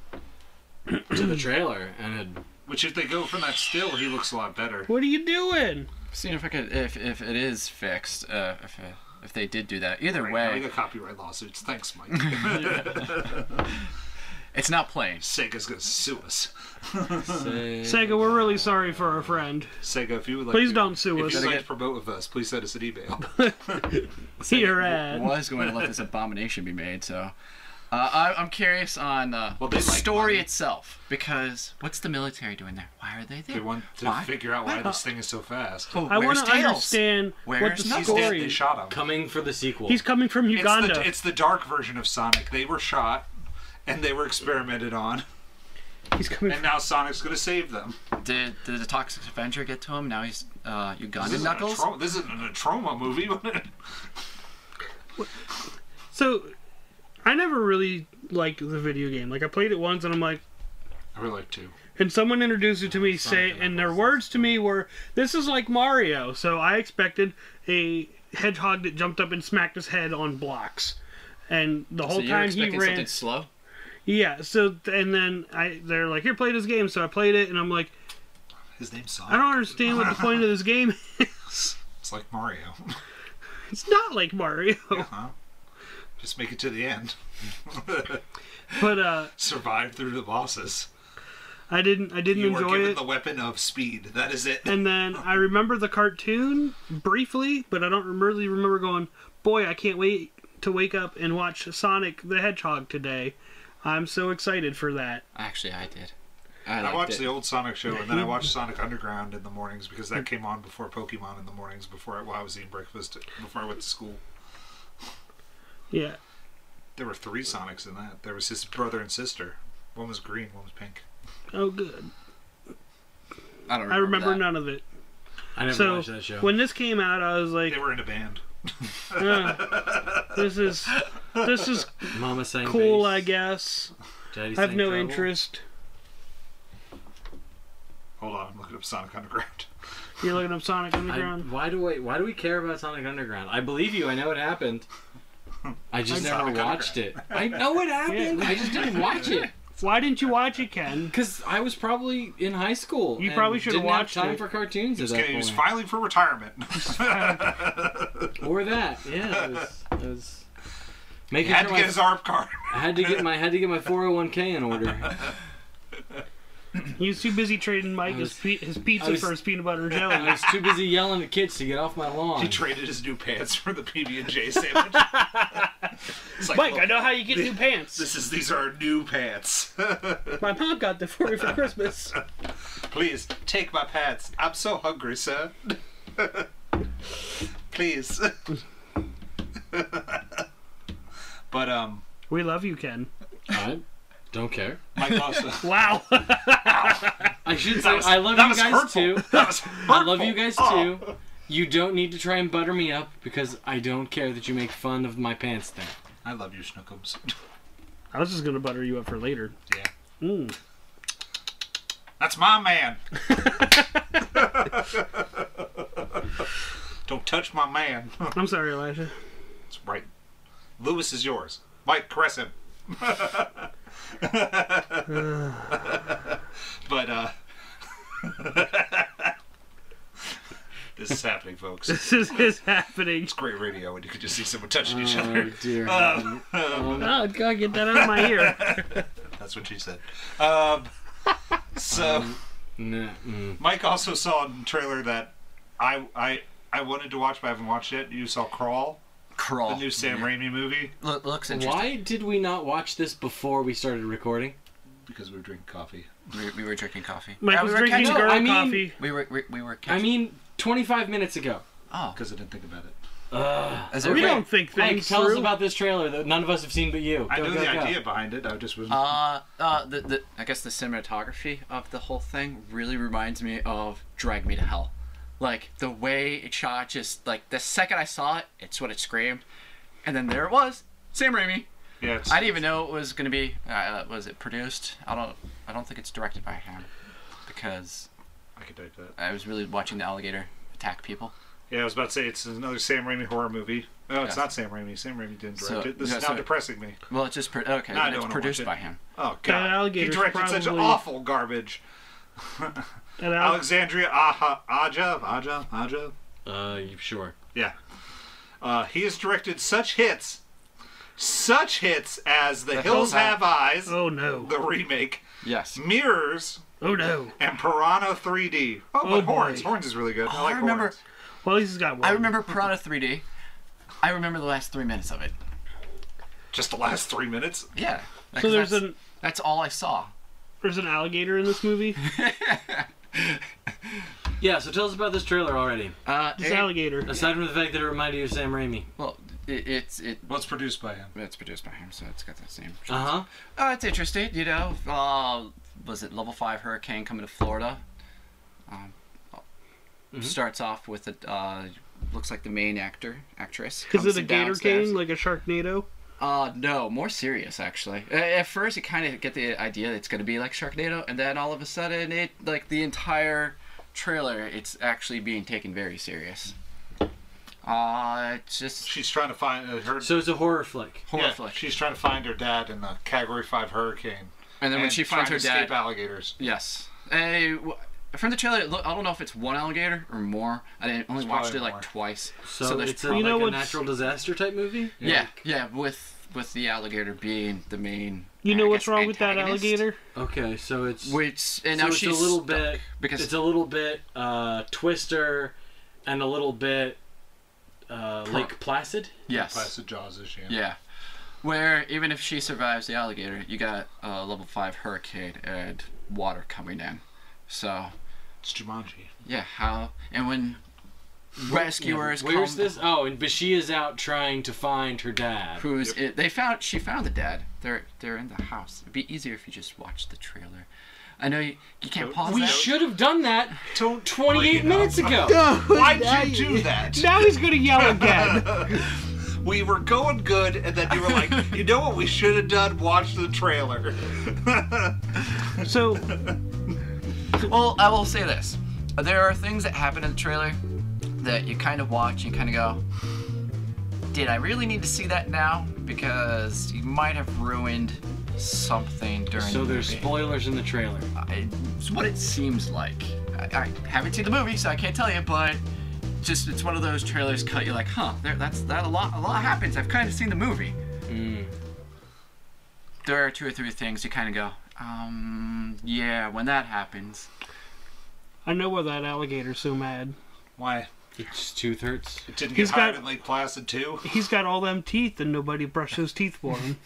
S2: to the trailer and had
S1: Which, if they go from that still, he looks a lot better.
S3: What are you doing?
S4: Seeing if I could, if if it is fixed, uh, if it, if they did do that. Either
S1: Right now, we
S4: way,
S1: got copyright lawsuits. Thanks, Mike.
S4: it's not playing.
S1: Sega's gonna sue us.
S3: Uh-uh. Sega, we're really sorry for our friend.
S1: Sega, if you would like
S3: Please
S1: to,
S3: don't sue
S1: if
S3: us.
S1: you'd
S4: Gotta
S1: like
S4: get-
S1: to promote with us, please send us an email.
S3: Here
S4: I
S3: at
S4: was going to let this abomination be made, so. Uh, I, I'm curious on uh,
S1: Well, they
S4: the
S1: like
S4: story
S1: money.
S4: itself because what's the military doing there? Why are they there?
S1: they want to
S4: why?
S1: figure out why this thing is so fast.
S4: Oh,
S3: I want
S4: where's
S3: to
S4: Tails?
S3: understand what
S4: Where's
S3: the
S1: He's dead. They
S3: story.
S1: shot him.
S2: Coming for the sequel.
S3: He's coming from
S1: It's
S3: Uganda.
S1: the, it's the dark version of Sonic. They were shot, and they were experimented on,
S3: He's coming.
S1: and now Sonic's gonna save them.
S4: Did, did the Toxic Avenger get to him? Now he's uh,
S1: This
S4: Ugandan
S1: isn't, a,
S4: Knuckles?
S1: tra- this isn't a trauma movie.
S3: So, I never really liked the video game. Like I played it once, and I'm like,
S1: I would like to.
S3: and someone introduced it to me, say, and their words to me were, "This is like Mario." So I expected a hedgehog that jumped up and smacked his head on blocks, and the whole
S4: so you're
S3: time he
S4: expecting
S3: ran.
S4: something slow?
S3: Yeah. So and then I, they're like, "Here, play this game." So I played it, and I'm like,
S1: His name's
S3: I
S1: Sonic.
S3: don't understand what the point of this game. is.
S1: It's like Mario.
S3: It's not like Mario,
S1: huh? Just make it to the end.
S3: but uh,
S1: Survive through the bosses.
S3: I didn't. I didn't
S1: You were
S3: enjoy
S1: given
S3: it.
S1: the weapon of speed. That is it.
S3: And then I remember the cartoon briefly, but I don't really remember going, boy, I can't wait to wake up and watch Sonic the Hedgehog today. I'm so excited for that.
S4: Actually, I did. I,
S1: I
S4: liked
S1: watched
S4: it.
S1: the old Sonic show, and then I watched Sonic Underground in the mornings because that came on before Pokemon in the mornings before I, while I was eating breakfast before I went to school.
S3: Yeah.
S1: There were three Sonics in that. There was his brother and sister. One was green, one was pink.
S3: Oh, good.
S4: I don't remember.
S3: I remember
S4: that.
S3: none of it.
S2: I never
S3: So
S2: watched that show.
S3: when this came out, I was like,
S1: They were in a band.
S3: "Ugh, "This is this is
S2: Mama sang
S3: cool,
S2: bass,
S3: I guess."
S2: Daddy
S3: I have
S2: sang
S3: no
S2: treble.
S3: interest.
S1: Hold on, I'm looking up Sonic Underground.
S3: You're looking up Sonic
S2: I-
S3: Underground.
S2: why do I? Why do we care about Sonic Underground? I believe you. I know it happened. I just
S1: I'm
S2: never
S1: Sonic
S2: watched it. I know it happened. I just didn't watch it
S3: Why didn't you watch it, Ken?
S2: because I was probably in high school.
S3: You
S2: and
S3: probably should've
S2: didn't have
S3: watched
S2: time
S3: it.
S2: for cartoons at
S1: He's
S2: that
S1: gonna- He was
S2: point.
S1: filing for retirement.
S2: or that. Yeah, it was, it was making
S1: he had
S2: sure
S1: to
S2: my,
S1: get his ARP card.
S2: I had to get my had to get my 401k in order.
S3: He was too busy trading Mike his,
S2: was-
S3: pe- his pizza
S2: was-
S3: for his peanut butter and jelly.
S2: I was too busy yelling at kids to get off my
S1: He
S2: lawn.
S1: traded his new pants for the PB and J sandwich. it's like,
S3: Mike,
S1: look,
S3: I know how you get new pants.
S1: this is these are new pants.
S3: My mom got them for me for Christmas.
S1: Please take my pants. I'm so hungry, sir. Please. but um,
S3: We love you, Ken.
S2: I don't care.
S1: Mike also.
S3: Wow.
S2: I should say I love
S1: uh, that
S2: you
S1: was
S2: guys
S1: hurtful.
S2: too.
S1: That was
S2: I love you guys too. You don't need to try and butter me up because I don't care that you make fun of my pants thing.
S1: I love you, Schnookums.
S3: I was just gonna butter you up for later.
S1: Yeah.
S3: Mm.
S1: That's my man. Don't touch my man.
S3: I'm sorry, Elijah.
S1: That's right. Lewis is yours. Mike, caress him. but, uh. this is happening, folks. It's
S3: This is his happening.
S1: great radio when you Uh, could just see someone touching each
S2: Oh
S1: other.
S2: dear. Um,
S3: Oh, God, get that out of my ear.
S1: That's what she said. Um, so.
S2: Nah, mm.
S1: Mike also saw in the trailer that I I I wanted to watch, but I haven't watched it. You saw Crawl, the
S4: Crawl.
S1: new Sam Raimi movie,
S4: Lo- looks interesting.
S2: Why did we not watch this before we started recording?
S1: because we were drinking coffee.
S4: We, we were drinking coffee.
S3: Mike
S4: Yeah,
S3: was
S4: we, were
S3: drinking
S4: catching,
S2: No,
S3: girl
S2: I mean-
S3: coffee.
S4: we were we, we were
S2: I
S4: catching.
S2: mean, 25 minutes ago.
S4: oh,
S1: Because I didn't think about it.
S4: is
S3: We
S4: everybody-
S3: don't think
S2: Mike,
S3: things
S2: tell us
S3: through.
S2: about this trailer that none of us have seen but you.
S1: I
S2: Go,
S1: knew
S2: go,
S1: the
S2: go.
S1: idea behind it. I just was.
S4: Uh, uh, the, the I guess the cinematography of the whole thing really reminds me of Drag Me to Hell. Like the way it shot, just like the second I saw it, it's what it screamed, and then there it was, Sam Raimi.
S1: yeah, it's,
S4: I didn't even know it was gonna be. Uh, was it produced? I don't. I don't think it's directed by him, because
S1: I could take that.
S4: I was really watching the alligator attack people.
S1: Yeah, I was about to say it's another Sam Raimi horror movie. No, it's
S4: Yeah.
S1: not Sam Raimi. Sam Raimi didn't direct
S4: So-
S1: it. This
S4: yeah,
S1: is now
S4: so-
S1: depressing me.
S4: Well, it's just pro- okay.
S1: No, I
S4: but
S1: don't
S4: it's
S1: wanna
S4: produced
S1: watch it.
S4: by him.
S1: Oh God! He
S3: alligator's
S1: directed such
S3: probably-
S1: awful garbage.
S3: And I-
S1: Alexandria Aha Aja Aja Aja.
S2: Uh, you- sure.
S1: Yeah. Uh, he has directed such hits, such hits as The, Hills
S4: Hills
S1: Have
S4: Have-
S1: Eyes,
S3: Oh no.
S1: the remake,
S4: Yes.
S1: Mm. Mirrors,
S3: Oh no.
S1: and Piranha 3D. Oh,
S3: Oh,
S1: but Horns.
S3: boy.
S1: Horns is really good. I
S4: Oh,
S1: like
S4: I remember.
S1: Horns.
S3: Well, at least he's got one.
S4: I remember Piranha 3D. I remember the last three minutes of it.
S1: Just the last three minutes.
S4: Yeah.
S3: So there's
S4: that's,
S3: an
S4: that's all I saw.
S3: there's an alligator in this movie.
S2: Yeah, so tell us about this trailer already.
S4: Uh,
S3: This
S4: it-
S3: alligator.
S2: Aside from the fact that it reminded you of Sam Raimi.
S4: well, it, it's it.
S1: Well, it's produced by him.
S4: It's produced by him, so it's got that same.
S2: Uh huh.
S4: Oh, it's interesting. You know, uh, was it level five hurricane coming to Florida? Um,
S3: Mm-hmm.
S4: Starts off with a uh, looks like the main actor actress.
S3: Is
S4: comes
S3: it a
S4: down
S3: gator
S4: stairs.
S3: cane like a Sharknado?
S4: Uh, no, more serious actually. A- At first, you kind of get the idea it's gonna be like Sharknado, and then all of a sudden, it like the entire trailer, it's actually being taken very serious. Uh, it's just
S1: She's trying to find uh, her.
S2: So it's a horror flick.
S4: horror
S1: yeah,
S4: flick.
S1: she's trying to find her dad in the Category 5 hurricane.
S4: And then when she finds her
S1: trying to escape
S4: dad,
S1: alligators.
S4: yes. Hey, wh- from the trailer, it look, I don't know if it's one alligator or more. I didn't, only watched
S1: probably
S4: it like
S1: more.
S4: twice.
S2: So,
S4: there's
S2: it's a,
S4: prob-
S2: like
S3: You know
S2: a
S3: what's-
S2: natural disaster type movie.
S4: yeah, yeah, with with the alligator being the main.
S3: You know
S4: I
S3: what's
S4: guess,
S3: wrong with that
S4: antagonist,
S3: alligator?
S2: Okay, so it's
S4: Which and
S2: so
S4: now
S2: it's
S4: she's
S2: a little
S4: stuck
S2: bit
S4: because
S2: it's a little bit uh, Twister, and a little bit uh, Lake Placid.
S4: yes,
S1: Plastic Jaws issue.
S4: Yeah. Where even if she survives the alligator, you got a level 5 hurricane and water coming in. So,
S1: It's Jumanji.
S4: yeah, how. And when rescuers
S2: Where's
S4: come.
S2: this? Oh, and but she is out trying to find her dad.
S4: Who's it? They found. She found the dad. They're they're in the house. It'd be easier if you just watched the trailer. I know you, you can't pause
S2: We
S4: that.
S2: should have done that
S1: Don't
S2: 28 minutes ago.
S1: Why'd you do that?
S3: Now he's gonna yell again.
S1: We were going good, and then you were like, you know what we should have done? Watch the trailer.
S3: so
S4: Well, I will say this. There are things that happen in the trailer that you kind of watch and kind of go, did I really need to see that now? Because you might have ruined something during
S2: So
S4: the
S2: there's
S4: movie.
S2: spoilers in the trailer.
S4: I- It's what it seems like. I, I haven't seen the movie, so I can't tell you, but just it's one of those trailers cut you like, huh, there, that's that a lot a lot happens. I've kind of seen the movie.
S2: Hmm.
S4: There are two or three things you kind of go, um, yeah, when that happens.
S3: I know why that alligator's so mad.
S1: Why?
S2: It's tooth hurts.
S1: It didn't
S3: He's
S1: get hired
S3: got-
S1: in Lake Placid, too?
S3: He's got all them teeth and nobody brushed those teeth for him.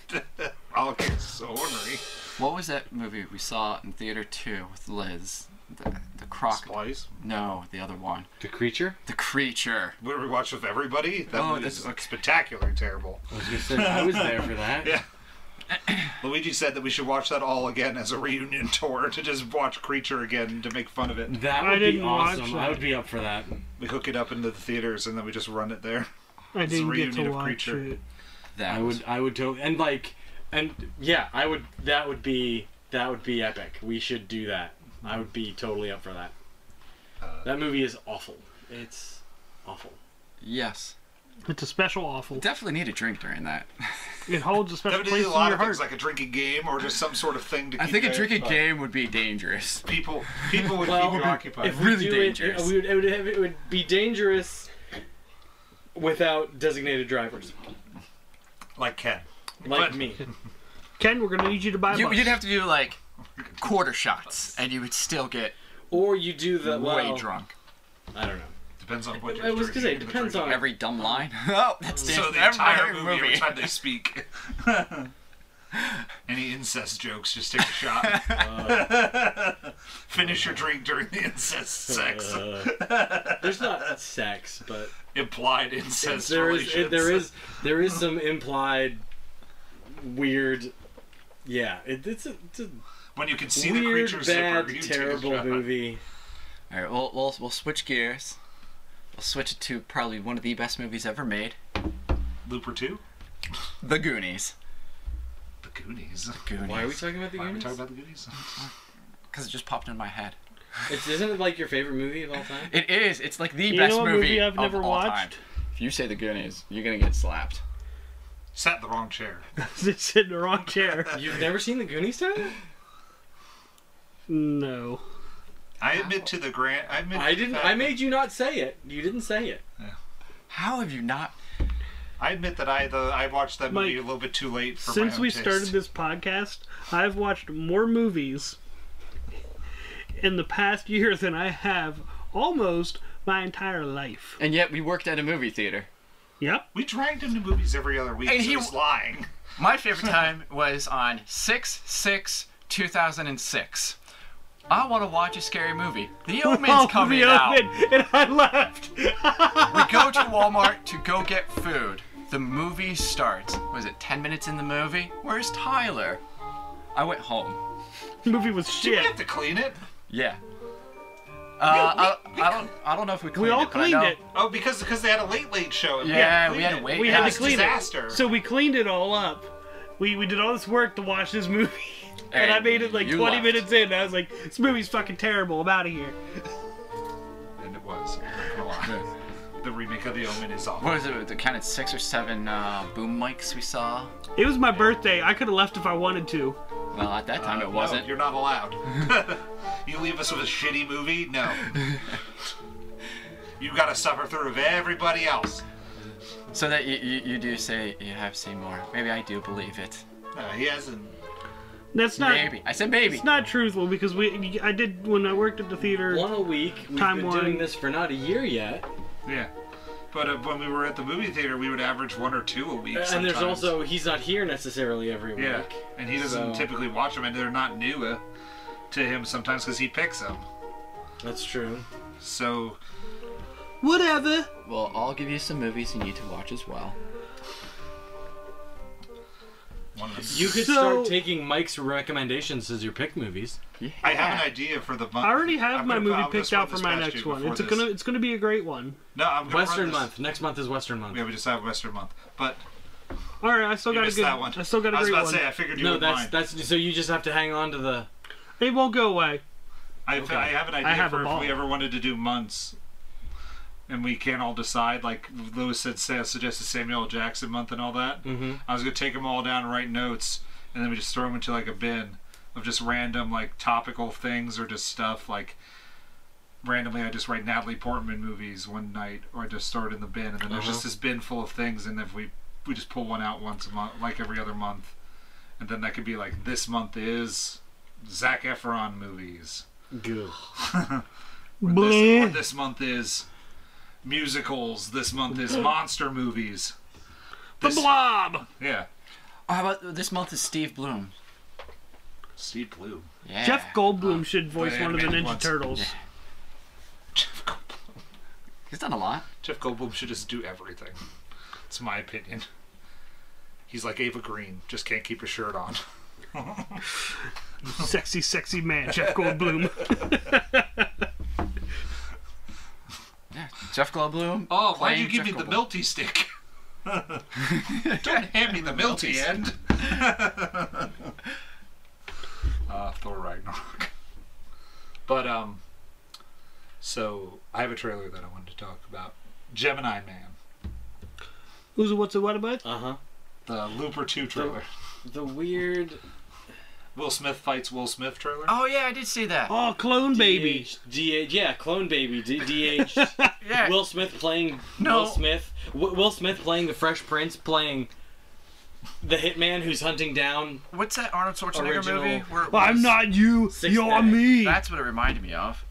S1: Oh, okay, so ornery.
S4: What was that movie we saw in theater two with Liz? The, the crocodile.
S1: Splice.
S4: No, the other one.
S2: The creature?
S4: The creature.
S1: We were watched with everybody. That
S4: Oh,
S1: movie
S4: that's-
S1: is
S4: okay.
S1: spectacular and terrible.
S2: I was gonna say I was there for that.
S1: Yeah. Luigi said that we should watch that all again as a reunion tour to just watch Creature again to make fun of it.
S2: That
S3: I
S2: would be
S3: didn't watch
S2: awesome.
S3: that.
S2: I would be up for that.
S1: We hook it up into the theaters and then we just run it there.
S3: I didn't get
S1: reunion
S3: to
S1: of
S3: watch
S1: Creature.
S3: it.
S4: That
S2: I would I would totally and like and yeah, I would that would be that would be epic. We should do that. I would be totally up for that. that movie is awful. It's awful.
S4: Yes.
S3: It's a special awful.
S4: Definitely need a drink during that.
S3: It holds a
S1: That
S3: special
S1: would
S3: place
S1: do
S3: in
S1: a lot
S3: your
S1: of things
S3: heart.
S1: like a drinking game or just some sort of thing to
S4: I
S1: keep
S4: think a
S1: you-
S4: drinking
S1: uh,
S4: game would be dangerous.
S1: People, people would keep you occupied.
S2: if we
S4: Really
S2: do
S4: dangerous.
S2: It, it, we would, it, would have, it would be dangerous without designated drivers
S1: like Ken.
S2: like
S1: But-
S2: me.
S3: Ken, we're gonna need you to buy
S4: You,
S3: one.
S4: you'd have to do like quarter shots, and you would still get
S2: Or you do the well,
S4: way drunk.
S2: I don't know.
S1: Depends on what
S2: I
S1: you're
S2: was gonna say, it
S1: drinking.
S2: depends on-
S4: Every dumb line. oh, that's
S1: So the entire movie, every time they speak. Any incest jokes, just take a shot. Finish your drink during the incest sex.
S2: Uh, there's not sex, but
S1: Implied incest
S2: there is
S1: relations.
S2: there is there is some implied weird. Yeah, it, it's, a, it's a
S1: When you can see the
S2: weird,
S1: creature
S2: bad,
S1: zipper, you take a
S2: terrible
S1: shot.
S2: movie.
S4: All right, we'll, we'll we'll switch gears. We'll switch it to probably one of the best movies ever made,
S1: Looper 2?
S4: The Goonies.
S1: The Goonies.
S4: Goonies.
S2: Why are we talking about the
S1: Why are we
S2: Goonies?
S1: talking about the Goonies?
S4: Because it just popped in my head.
S2: It's, isn't it like your favorite movie of all time?
S4: It is. It's like the
S3: You
S4: best
S3: know what movie I've
S4: of
S3: never
S4: all time.
S3: watched?
S4: If you say The Goonies, you're gonna get slapped.
S1: Sat in the wrong chair.
S3: It's sit in the wrong chair.
S2: You've never seen the Goonies, Tyler?
S3: No.
S1: I admit to the grant. I admit.
S2: I
S1: to the
S2: didn't.
S1: fact
S2: I made you not say it. You didn't say it.
S4: How have you not?
S1: I admit that I the I watched that movie
S3: Mike,
S1: a little bit too late for my
S3: Since
S1: own
S3: we
S1: taste.
S3: started this podcast, I've watched more movies in the past year than I have almost my entire life.
S4: And yet we worked at a movie theater.
S3: Yep.
S1: we dragged him to movies every other week.
S4: And
S1: And
S4: he-
S1: he was lying.
S4: My favorite time was on 6 6 2006. I want to watch a scary movie. The old man's
S3: Oh,
S4: coming
S3: the
S4: out.
S3: open, and I left.
S4: We go to Walmart to go get food. The movie starts. Was it 10 minutes in the movie? Where's Tyler? I went home.
S3: The movie was
S1: You
S3: shit.
S1: have to clean it.
S4: Yeah. Uh, I, I don't. I don't know if we cleaned
S3: We all
S4: it. but I
S3: cleaned
S4: know-
S3: it.
S1: Oh, because because they had a late late show. and
S4: Yeah, we had
S1: cleaned
S4: to
S1: it.
S4: wait.
S3: We
S4: Yeah,
S3: had
S4: it's
S3: to clean
S1: disaster.
S3: it. So we cleaned it all up. We we did all this work to watch this movie. And, I
S4: And
S3: made it like
S4: you
S3: 20
S4: left.
S3: minutes in. I was like, this movie's fucking terrible. I'm out of here.
S1: And it was. I'm not gonna lie. the remake of The Omen is awful.
S4: What was it? The kind of six or seven uh, boom mics we saw.
S3: It was my birthday. I could have left if I wanted to.
S4: Well, at that
S3: Uh,
S4: time it
S1: No,
S4: wasn't.
S1: you're not allowed. you leave us with a shitty movie? No. you gotta suffer through of everybody else.
S4: So that you, you, you do say you have seen more. Maybe I do believe it.
S1: No, he hasn't.
S3: That's not
S4: Maybe. I said maybe.
S3: it's not truthful because we I did when I worked at the theater.
S2: One a week. We've
S3: Time
S2: been
S3: one.
S2: doing this for not a year yet.
S1: Yeah. But uh, when we were at the movie theater, we would average one or two a week.
S2: And there's
S1: sometimes.
S2: also he's not here necessarily every week.
S1: yeah, and he doesn't
S2: So-
S1: typically watch them, and they're not new uh, to him sometimes because he picks them.
S2: That's true.
S1: So
S3: Whatever.
S4: Well, I'll give you some movies you need to watch as well.
S1: one of the,
S2: You could
S3: So-
S2: start taking Mike's recommendations as your pick movies.
S1: I have an idea for the. month.
S3: I already have
S1: I'm
S3: my
S1: gonna
S3: movie
S1: put this
S3: picked
S1: one
S3: out for
S1: this
S3: my
S1: past
S3: next
S1: year
S3: one.
S1: before
S3: It's
S1: this.
S3: gonna it's gonna be a great one.
S1: No, I'm gonna run
S2: Western
S1: this.
S2: month. Next month is Western month.
S1: Yeah, we just have Western month, but
S3: All right, I still
S1: you
S3: got a
S1: missed
S3: good.
S1: that one.
S3: I still got a
S1: I was
S3: great
S1: about
S3: one.
S1: to say I figured you
S2: no,
S1: would
S2: that's
S1: mind.
S2: that's so you just have to hang on to the.
S3: It won't go away.
S1: I, I have an idea
S3: have a
S1: for if
S3: ball.
S1: we ever wanted to do months, and we can't all decide. Like Lewis said, Sam suggested Samuel L. Jackson month and all that. Mm-hmm. I was gonna take them all down and write notes, and then we just throw them into like a bin of just random like topical things or just stuff like. Randomly, I just write Natalie Portman movies one night, or I just throw it in the bin, and then there's just
S3: Uh-huh.
S1: this bin full of things, and if we we just pull one out once a month, like every other month, and then that could be like this month is Zach Efron movies,
S2: Goo.
S1: this, or
S3: Bleh.
S1: this month is musicals. This month is monster movies.
S3: The
S1: This-
S3: Blob.
S1: Yeah.
S4: Oh, how about this month is Steve Bloom?
S1: Steve Blue.
S4: Yeah.
S3: Jeff
S1: Oh,
S3: Goldblum should voice
S1: the
S3: one of the Ninja
S1: animated ones.
S3: Turtles.
S1: Jeff Goldblum.
S4: He's done a lot.
S1: Jeff Goldblum should just do everything. It's my opinion. He's like Ava Green, just can't keep his shirt on.
S3: Sexy, sexy man, Jeff Goldblum.
S4: Yeah. Jeff Goldblum.
S1: Oh, why'd
S4: playing
S1: you give
S4: Jeff
S1: me the
S4: Goldblum.
S1: melty stick? Don't hand me the melty end. uh, Thor Ragnarok. But um, so I have a trailer that I wanted to talk about. Gemini Man,
S3: Who's a what's a what about?
S2: Uh huh.
S1: the Looper Two trailer.
S2: The weird
S1: Will Smith fights Will Smith trailer.
S4: Oh yeah, I did see that.
S3: Oh, clone baby.
S2: DH DH yeah, clone baby. D- DH
S4: yeah.
S2: Will Smith playing
S4: No.
S2: Will Smith. W- Will Smith playing the Fresh Prince playing the hitman who's hunting down.
S4: What's that Arnold Schwarzenegger
S2: Original-
S4: movie? Where it
S3: I'm
S4: was-
S3: not you.
S2: Six
S3: you You're
S2: day.
S3: me.
S4: That's what it reminded me of.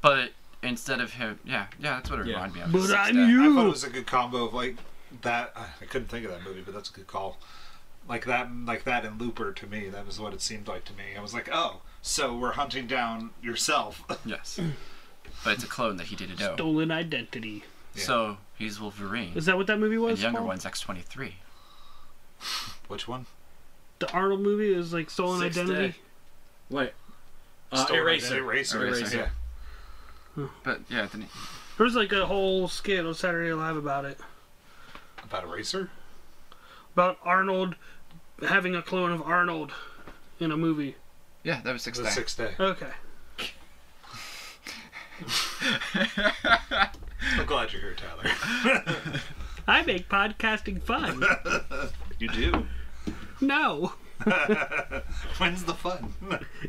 S4: But instead of him, yeah, yeah, that's what it
S2: Yeah.
S4: reminded me of.
S3: But
S4: Six
S3: I'm
S4: Day.
S1: I thought it
S3: you.
S1: was a good combo of like that. I couldn't think of that movie, but that's a good call. Like that, like that, and Looper to me, that was what it seemed like to me. I was like, oh, so we're hunting down yourself.
S4: Yes. But it's a clone that he didn't know.
S3: Stolen identity.
S4: So he's Wolverine.
S3: Is that what that movie
S4: and
S3: was?
S4: the younger
S3: called?
S4: one's X23.
S1: Which one?
S3: The Arnold movie is like Stolen
S4: Six
S3: Identity.
S4: Day.
S2: Wait. Uh,
S1: Stolen
S2: eraser.
S1: Identity. Eraser.
S4: Eraser.
S1: Yeah.
S4: But yeah, then he-
S3: There was like a whole skit on Saturday Night Live about it.
S1: About Eraser?
S3: About Arnold having a clone of Arnold in a movie.
S4: yeah, that was six
S1: The
S4: day.
S1: sixth day.
S3: Okay.
S1: I'm glad you're here, Tyler.
S3: I make podcasting fun.
S1: You do.
S3: no,
S1: When's the fun?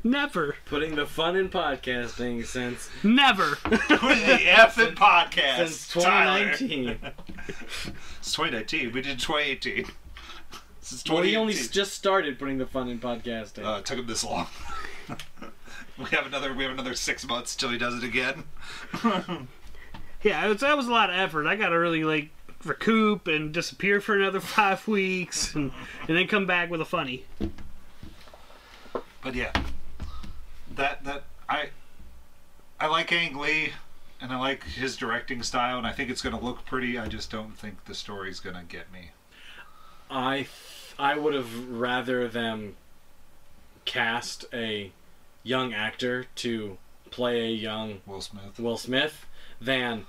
S3: never,
S2: Putting the fun in podcasting since
S3: never.
S1: Quit the effing podcast,
S2: since
S1: Tyler.
S2: 2019.
S1: It's 2019. We did 2018. This is
S2: Well, we
S1: 2018.
S2: only s- just started putting the fun in podcasting.
S1: uh, it took him this long. we have another. We have another six months till he does it again.
S3: Yeah, it was, that was a lot of effort. I got to really like recoup and disappear for another five weeks, and and then come back with a funny.
S1: But yeah, that that I I like Ang Lee, and I like his directing style, and I think it's going to look pretty. I just don't think the story's going to get me.
S2: I th- I would have rather them cast a young actor to play a young
S1: Will Smith.
S2: Will Smith than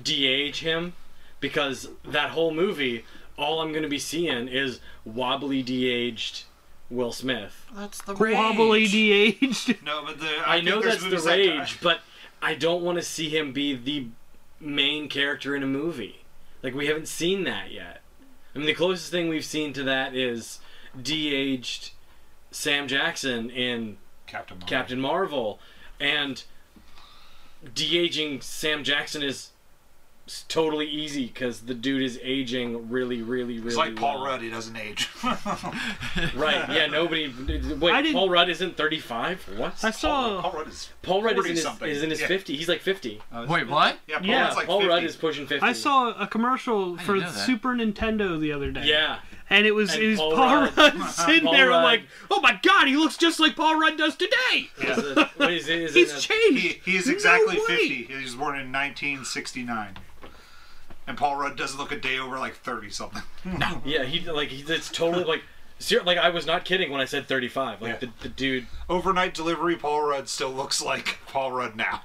S2: de-age him because that whole movie all I'm going to be seeing is wobbly de-aged Will Smith.
S4: That's the
S3: Wobbly de-aged.
S1: No, but the
S2: I,
S1: think
S2: know
S1: there's
S2: that's the
S1: movies that-
S2: rage, but I don't want to see him be the main character in a movie. Like we haven't seen that yet. I mean, the closest thing we've seen to that is de-aged Sam Jackson in
S1: Captain. Marvel.
S2: Captain Marvel, and de-aging Sam Jackson is s- totally easy because the dude is aging really, really, really.
S1: It's like Paul
S2: well.
S1: Rudd. He doesn't age.
S2: Right? Yeah. Nobody.
S3: I
S2: Wait.
S3: didn't-
S2: Paul Rudd isn't thirty-five. What?
S3: I
S1: Paul,
S3: saw.
S1: Oh, Paul Rudd is.
S2: Paul Rudd is in his,
S1: 40-something.
S2: is in his
S1: Yeah.
S2: fifty. He's like fifty.
S1: Uh,
S4: Wait, what?
S1: Yeah, Paul,
S3: Yeah,
S1: Rudd's like
S2: Paul
S1: 50.
S2: Rudd is pushing 50.
S3: I saw a commercial for
S4: know that.
S3: Super Nintendo the other day.
S2: Yeah.
S3: and it was
S2: And
S3: it was
S2: Paul
S3: Paul,
S2: Rudd.
S3: Rudd, sitting
S2: Paul
S3: there
S2: Rudd.
S3: like, oh my god, he looks just like Paul Rudd does today.
S2: Is it- what is it- is it
S3: He's
S2: a-
S3: changed.
S1: He, he is
S3: No
S1: exactly
S3: way.
S1: 50. He was born in 1969. And Paul Rudd doesn't look a day over like 30 something.
S2: yeah, he like he's it's totally like ser- like I was not kidding when I said 35. Like
S1: Yeah.
S2: the, the dude
S1: Overnight delivery Paul Rudd still looks like Paul Rudd now.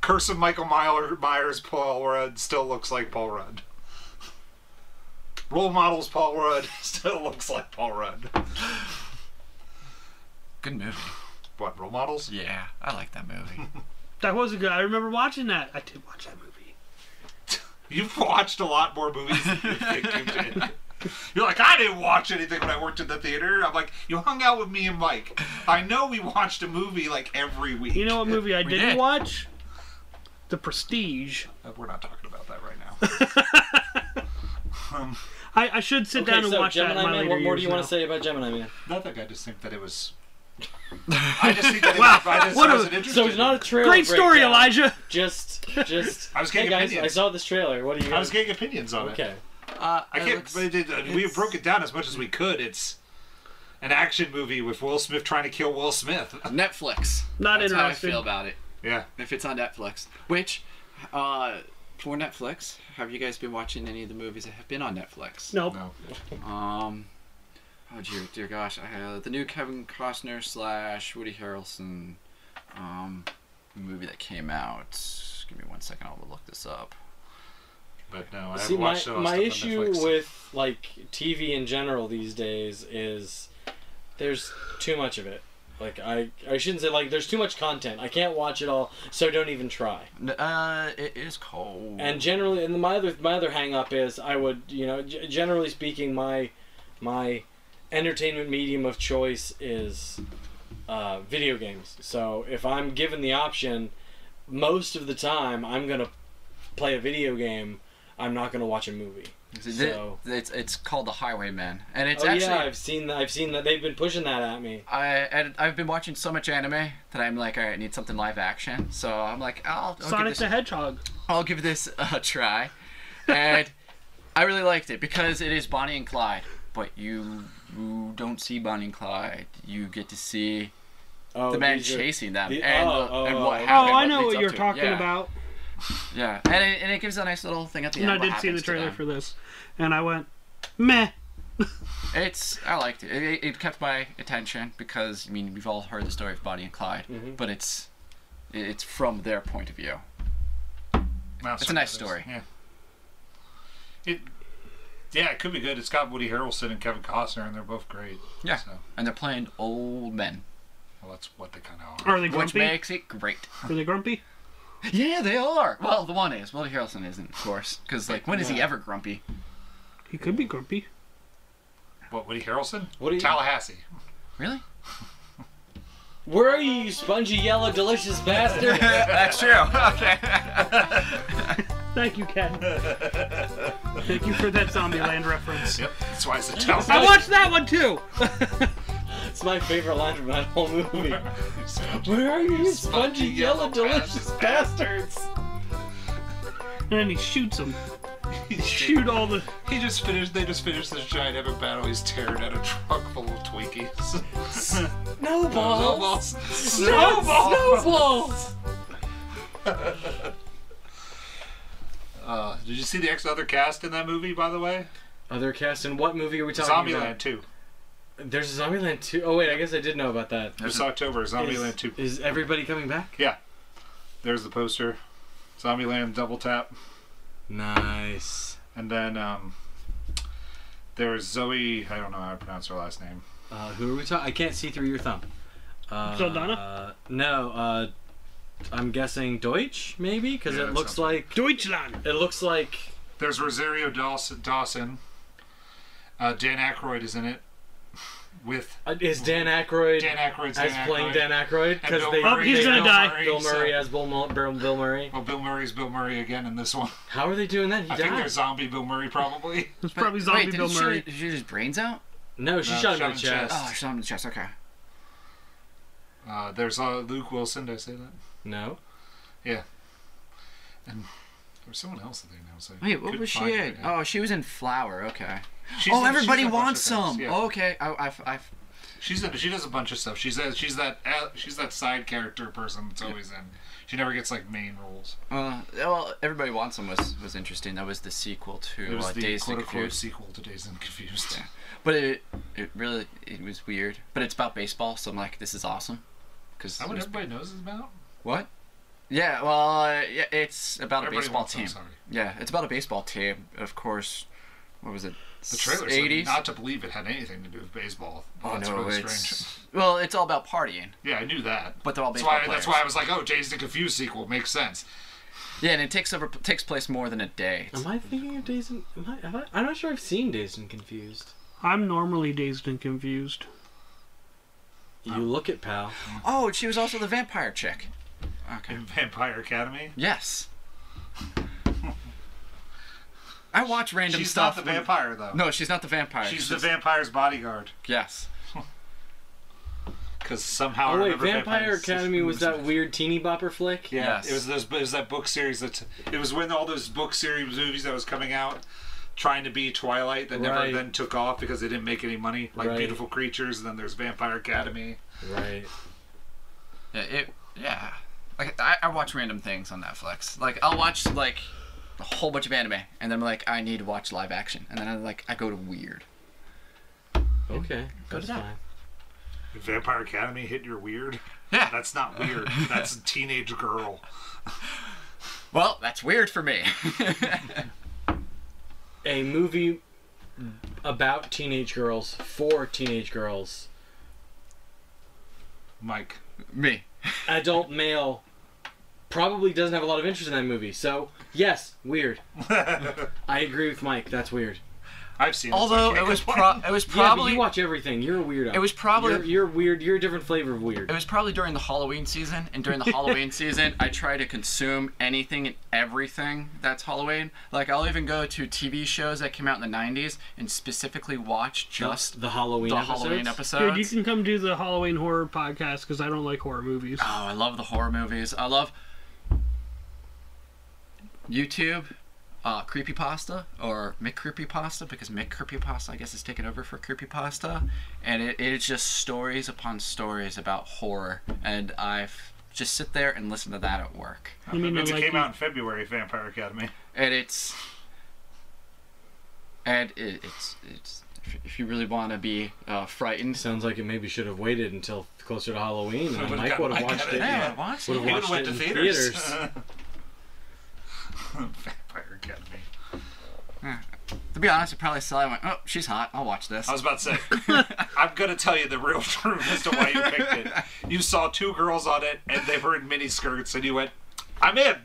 S1: Curse of Michael Myler, Myers Paul Rudd still looks like Paul Rudd. Role models Paul Rudd still looks like Paul Rudd.
S4: Good movie.
S1: What, role models?
S4: Yeah, I like that movie.
S3: That was a good. I remember watching that. I did watch that movie.
S1: You've watched a lot more movies than you think you did. You're like, I didn't watch anything when I worked at the theater. I'm like, you hung out with me and Mike. I know we watched a movie like every week.
S3: You know what movie I
S4: We
S3: didn't
S4: did.
S3: watch? The Prestige.
S1: Uh, we're not talking about that right now. um,
S3: I, I should sit down and watch
S2: Gemini
S3: that. In my
S2: Man,
S3: later
S2: what more
S3: years
S2: do you want
S3: now.
S2: to say about Gemini Man?
S1: not that I just think that it was. I just think that it was. I just
S3: What a-
S1: wasn't interested.
S2: So it's not a trailer.
S3: Great story,
S2: breakdown.
S3: Elijah.
S2: Just just
S1: I was
S2: Hey
S1: getting
S2: guys,
S1: opinions.
S2: I saw this trailer. What do you
S1: I
S2: guys
S1: was getting opinions on it.
S2: Okay.
S4: Uh,
S1: I
S4: it
S1: can't.
S4: looks-
S1: but it did- uh, we
S4: it's-
S1: broke it down as much as we could. It's an action movie with Will Smith trying to kill Will Smith.
S4: Netflix.
S3: Not
S4: That's how I
S3: interested.
S4: feel about it.
S1: yeah.
S4: If it's on Netflix, which, uh, for Netflix, have you guys been watching any of the movies that have been on Netflix?
S2: Oh.
S3: Nope.
S1: No.
S4: Um, oh dear, dear gosh, I uh, the new Kevin Costner slash Woody Harrelson, um, movie that came out. Give me one second, I'll look this up.
S1: But no, I
S2: See
S1: haven't
S2: my
S1: watched a lot of
S2: my
S1: stuff on
S2: issue
S1: Netflix.
S2: with like TV in general these days is there's too much of it. Like I I shouldn't say like there's too much content. I can't watch it all, so don't even try.
S4: N- Uh, it is cold.
S2: and generally and my other my other hang up is i would you know g- generally speaking my my entertainment medium of choice is uh, video games so if i'm given the option most of the time i'm gonna play a video game i'm not gonna watch a movie so-
S4: it's it's called The Highwayman, and it's
S2: oh
S4: actually.
S2: yeah i've seen that i've seen that they've been pushing that at me
S4: I and I've been watching so much anime that I'm like, all right, I need something live action. So I'm like, I'll, I'll give
S3: Sonic
S4: this
S3: the Hedgehog.
S4: I'll give this a try. And I really liked it because it is Bonnie and Clyde. But you, you don't see Bonnie and Clyde. You get to see
S2: oh
S4: the man
S2: these are-
S4: chasing them
S2: the-
S4: and,
S2: oh,
S4: the-
S2: oh,
S4: and
S2: oh,
S4: what
S2: oh.
S3: Oh,
S4: happened.
S3: I know
S4: leads
S3: what
S4: up
S3: you're
S4: to it.
S3: talking
S4: Yeah,
S3: about.
S4: Yeah, and it, and it gives a nice little thing at the
S3: And
S4: end.
S3: I
S4: what
S3: did see the
S4: happens to
S3: trailer
S4: them.
S3: for this, and I went, meh.
S4: It's I liked it. it. It kept my attention because I mean we've all heard the story of Bonnie and Clyde, but it's it's from their point of view.
S1: Mouse
S4: It's a nice
S1: Brothers.
S4: story.
S1: Yeah. It, yeah, it could be good. It's got Woody Harrelson and Kevin Costner, and they're both great.
S4: Yeah,
S1: So,
S4: and they're playing old men,
S1: well, that's what they kind of are.
S3: Are they
S4: which
S3: grumpy?
S4: makes it great.
S3: Are they grumpy?
S4: Yeah, they are. Well, the one is. Willie Harrelson isn't, of course. Because, like, when is he
S2: Yeah.
S4: ever grumpy?
S3: He could be grumpy.
S1: What, Woody Harrelson?
S2: Woody-
S1: Tallahassee.
S4: Really?
S2: where are you you spongy yellow delicious bastard
S4: That's true. okay.
S3: Thank you, Ken. Thank you for that Zombieland reference.
S1: Yep, that's why it's a tell.
S3: I watched that one too.
S2: It's my favorite line from that whole movie.
S1: Spongy
S2: Where are you, spongy,
S1: yellow
S2: yellow, delicious bastards?
S3: And then he shoots him.
S1: He
S3: Shoot all the.
S1: just finished. They just finished this giant epic battle. He's tearing at a truck full of Twinkies.
S2: Snowballs.
S1: Snowballs.
S2: Snowballs.
S1: Uh, did you see the ex other cast in that movie? By the way,
S2: Other cast in what movie are we talking
S1: Zombieland
S2: about?
S1: Two.
S2: There's a Zombieland 2. Oh wait, I guess I did know about that.
S1: This October, Zombieland
S2: is,
S1: Two.
S2: is everybody coming back?
S1: There's the poster. Zombieland Double Tap,
S2: Nice.
S1: and then um, there's Zoe. I don't know how to pronounce her last name.
S2: Uh, who are we talking? I can't see through your thumb. Uh,
S3: Saldana?
S2: no. Uh, I'm guessing Deutsch, maybe, because
S1: Yeah,
S2: it looks
S1: something.
S2: like
S3: Deutschland.
S2: it looks like
S1: There's Rosario Daws- Dawson. Uh, Dan Aykroyd is in it with
S2: uh, is Dan Aykroyd
S1: Dan Aykroyd's
S2: as
S1: Dan
S2: playing
S1: Aykroyd.
S2: Dan Aykroyd
S1: And
S2: because
S1: Bill
S2: they
S1: Murray.
S3: Oh, he's
S2: they
S3: gonna
S2: know
S3: die.
S2: Bill
S1: so-
S2: Murray as Bill, Mul- Bill, Bill Murray.
S1: Well, Bill Murray's Bill Murray again in this one.
S2: How are they doing that? He
S1: I
S2: died.
S1: think they're zombie Bill Murray probably.
S3: It's
S4: But-
S3: probably zombie
S4: wait, did
S3: Bill
S4: he shoot-
S3: Murray.
S4: Did you shoot his brains out?
S2: No, she
S1: No,
S2: shot him in the chest.
S4: Oh, I shot him in the chest. Okay.
S1: Uh, there's uh, Luke Wilson. Did I say that?
S2: No.
S1: There was someone else that they announced. I
S4: Wait, what
S1: couldn't
S4: was she
S1: find her
S4: in?
S1: right now.
S4: Oh, she was in Flower. Okay.
S1: She's
S4: oh,
S1: in- she's
S4: everybody
S1: in a bunch of
S4: wants
S1: things,
S4: some.
S1: yeah.
S4: Oh, okay. I, I, I,
S1: She's in, she does a bunch of stuff. She's that she's that uh, she's that side character person that's always in. She never gets like main roles.
S4: uh, well, everybody wants some was was interesting. That was the sequel
S1: It
S4: to
S1: was
S4: uh,
S1: the
S4: Days
S1: quote
S4: to
S1: unquote
S4: Confused.
S1: sequel to Days and Confused.
S4: But it it really it was weird. But it's about baseball, so I'm like, this is awesome. Because
S1: That what everybody knows is about.
S4: what? Yeah. Well, uh, yeah, it's about a
S1: Everybody
S4: baseball
S1: wants some,
S4: team.
S1: sorry.
S4: Yeah, it's about a baseball team. Of course, what was it?
S1: The trailer said
S4: 80s.
S1: not to believe it had anything to do with baseball.
S4: oh
S1: that's
S4: no,
S1: really
S4: it's
S1: strange.
S4: well, it's all about partying.
S1: Yeah, I knew that.
S4: But they're all
S1: That's
S4: baseball
S1: why,
S4: players.
S1: that's why I was like, oh, Days and Confused sequel makes sense.
S4: Yeah, and it takes over takes place more than a day.
S2: Am I thinking of Days and? Am I, have I, I'm not sure. I've seen Days and Confused.
S3: I'm normally dazed and confused.
S2: You look it, pal.
S4: Oh, she was also the vampire chick. Okay.
S1: Vampire Academy.
S4: Yes. I watch random
S1: She's
S4: stuff.
S1: not the
S4: when-
S1: vampire though.
S4: No, she's not the vampire.
S1: she's the vampire's bodyguard.
S4: Yes.
S1: Because somehow. I
S2: Oh wait,
S1: remember
S2: Vampire
S1: Vampire's-
S2: Academy was that weird teeny bopper flick.
S1: Yeah,
S4: Yes.
S1: it was those. It was that book series that. It was when all those book series movies that was coming out, trying to be Twilight that never
S2: Right.
S1: then took off because they didn't make any money. Like
S2: Right.
S1: Beautiful Creatures, and then there's Vampire Academy.
S2: Right.
S4: Yeah. It, yeah. Like I, I watch random things on Netflix. Like I'll watch like a whole bunch of anime, and then I'm like, I need to watch live action, and then I like I go to weird.
S2: Okay.
S4: Go
S2: That's
S4: to that.
S2: fine.
S1: Vampire Academy hit your weird.
S4: Yeah.
S1: That's not weird. That's a teenage girl.
S4: Well, that's weird for me.
S2: A movie about teenage girls for teenage girls.
S1: Mike.
S4: me.
S2: Adult male probably doesn't have a lot of interest in that movie. So yes, weird. I agree with Mike. That's weird.
S1: I've seen. so I
S4: Although
S1: can't
S4: it was
S1: complain.
S4: pro- it was
S2: yeah,
S4: probably
S2: but you watch everything. You're a weirdo.
S4: It was probably-
S2: you're, you're weird. You're a different flavor of
S4: It
S2: weird.
S4: was probably during the Halloween season, and during the Halloween season, I try to consume anything and everything that's Halloween. Like, I'll even go to TV shows that came out in the 90s and specifically watch just
S2: the Halloween.
S4: the
S2: episodes?
S4: Halloween
S3: Dude,
S4: episodes.
S3: you can come do the Halloween horror podcast because I don't like horror movies.
S4: Oh, I love the horror movies. I love YouTube, uh, Creepypasta, or McCreepypasta, because McCreepypasta, I guess, is taken over for Creepypasta. And it, it is just stories upon stories about horror. And I've just sit there and listen to that at work.
S3: I mean, I
S1: Oh, It
S3: like
S1: came
S3: you-
S1: out in February. Vampire Academy.
S4: and it's and it, it's it's if- if you really want to be uh, frightened
S2: Sounds like it maybe should have waited until closer to Halloween, and
S1: would've
S2: Mike
S1: got-
S2: would have
S1: Mike
S2: watched
S1: got
S2: it.
S1: it. Yeah,
S4: I watched
S2: Would've
S4: it.
S1: It would
S2: watched
S1: have went
S2: it
S1: to
S2: in
S1: theaters.
S2: theaters.
S1: Vampire Academy.
S4: to be honest I probably saw it and went oh she's hot I'll watch this
S1: I was about to say, I'm going to tell you the real truth as to why you picked it. You saw two girls on it, and they were in mini skirts, and you went, I'm in.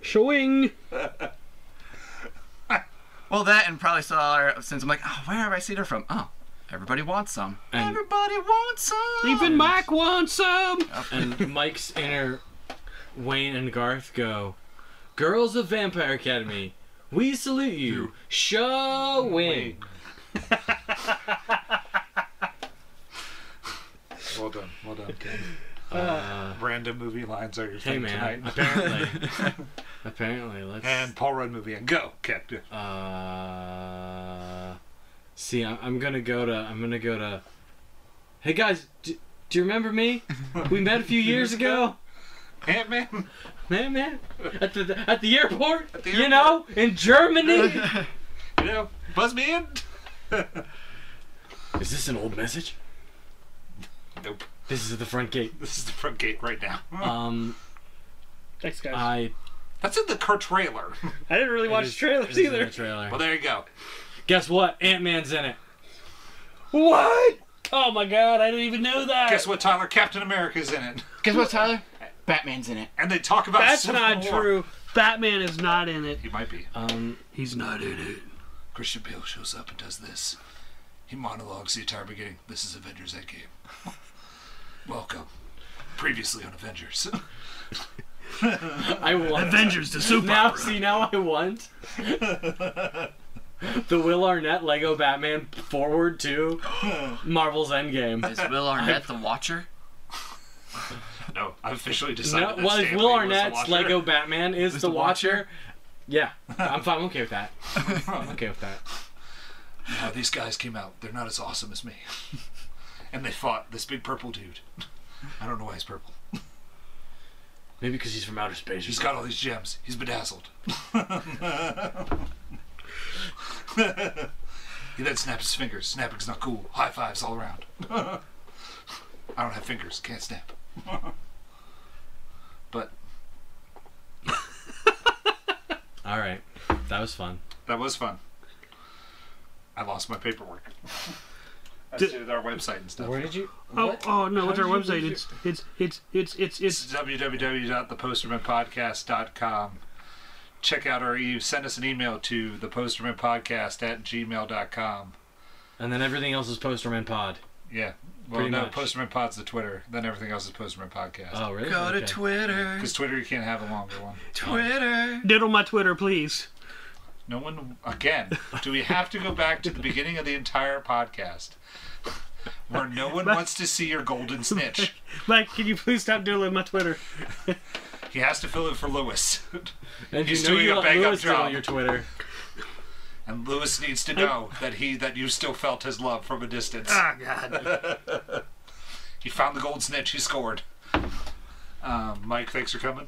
S3: Showing.
S4: well that and probably saw her since I'm like oh where have I seen her from oh everybody wants some
S2: And-
S4: everybody wants some
S3: Even Mike wants some.
S2: and Mike's inner Wayne and Garth go, Girls of Vampire Academy, we salute you. Showing.
S1: Well done, well done.
S2: Uh,
S1: Random movie lines are your
S2: hey
S1: thing
S2: man,
S1: tonight.
S2: apparently, apparently, let's.
S1: And Paul Rudd movie and go, Captain.
S2: Uh, see, I'm, I'm gonna go to. I'm gonna go to. Hey guys, do, do you remember me? We met a few years ago,
S1: Ant Man.
S2: man, man, at the at the airport.
S1: the
S2: you know, in Germany.
S1: You know, buzz me in.
S2: Is this an old message?
S1: Nope.
S2: This is at the front gate.
S1: This is the front gate right now.
S2: Um,
S3: Thanks, guys.
S2: I
S1: That's in the car trailer.
S3: I didn't really
S2: it
S3: watch
S2: is-
S3: trailers
S2: it is in
S3: either.
S2: the trailer.
S1: Well, there you go.
S2: Guess what? Ant Man's in it.
S3: What? Oh my god, I didn't even know that.
S1: Guess what, Tyler? Captain America's in it,
S4: Guess what, Tyler? Batman's in it.
S1: and they talk about
S3: That's
S1: Civil
S3: not
S1: War.
S3: true. Batman is not in it.
S1: He might be. Uh,
S2: Um,
S3: He's not in it.
S1: Christian Bale shows up and does this. He monologues the entire beginning. This is Avengers Endgame. Welcome. Previously on Avengers.
S2: I want
S3: Avengers to Super.
S2: now. See now, I want the Will Arnett Lego Batman forward to Marvel's Endgame.
S4: Is Will Arnett the Watcher?
S1: no, I've officially decided.
S2: No,
S1: that
S2: was
S1: Stan
S2: Will
S1: Lee was the
S2: Arnett's
S1: watcher.
S2: Lego Batman is the
S4: the
S2: Watcher?
S4: Watcher?
S2: Yeah, I'm fine. I'm okay with that. I'm okay with that.
S1: Now, these guys came out. They're not as awesome as me. and they fought this big purple dude. I don't know why he's purple.
S2: Maybe because he's from outer space.
S1: He's got all these gems. He's bedazzled. he then snaps his fingers. Snapping's not cool. High fives all around. I don't have fingers. Can't snap. but
S2: All right, that was fun.
S1: that was fun. I lost my paperwork. I
S3: Did-
S1: did our website and stuff.
S2: Where did you?
S3: Oh,
S2: what?
S3: oh no, it's
S2: How
S3: our
S2: did you
S3: website.
S2: lose
S3: It's it's it's it's it's it's
S1: www.thepostermanpodcast.com. Check out our you send us an email to thepostermanpodcast at gmail.com.
S2: And then everything else is Posterman Pod.
S1: Yeah. Well,
S2: Pretty
S1: no,
S2: much.
S1: Posterman Pod's the Twitter. Then everything else is Posterman Podcast.
S2: Oh really?
S4: Go to
S2: Okay.
S4: Twitter.
S1: Because Twitter, you can't have a longer one.
S4: Twitter.
S3: diddle my Twitter, please.
S1: No one, again, do we have to go back to the beginning of the entire podcast where no one wants to see your golden snitch?
S3: Mike, can you please stop diddling my Twitter?
S1: He has to fill it for Lewis.
S2: And
S1: He's
S2: you know
S1: doing a
S2: you let
S1: bang-up
S2: Lewis sit on
S1: job.
S2: your Twitter.
S1: And Lewis needs to know that he that you still felt his love from a distance.
S3: Ah, god.
S1: He found the gold snitch. He scored. Um, Mike, thanks for coming.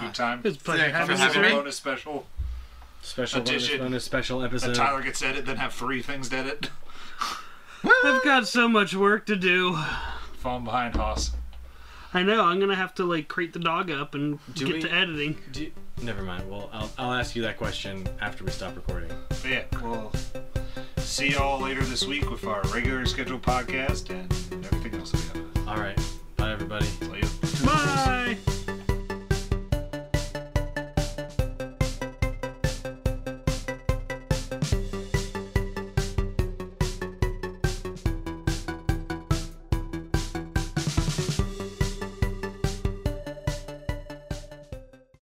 S1: Good time.
S3: It's Ah, a pleasure
S4: Yeah, have
S3: having
S4: a
S1: This is a
S4: Happy
S3: you.
S4: me.
S1: bonus special.
S2: Special bonus,
S1: Edition.
S2: bonus special
S3: Uh,
S2: episode.
S1: Tyler gets to edit, then have three things to edit.
S3: I've got so much work to do.
S1: Falling behind, Hoss.
S3: I know. I'm gonna have to like crate the dog up and
S2: Do
S3: get
S2: we-
S3: to editing.
S2: Do you- never mind. Well, I'll, I'll ask you that question after we stop recording.
S1: But yeah, we'll see y'all later this week with our regular scheduled podcast and everything else we have.
S2: All right. Bye, everybody.
S1: Later.
S3: Bye.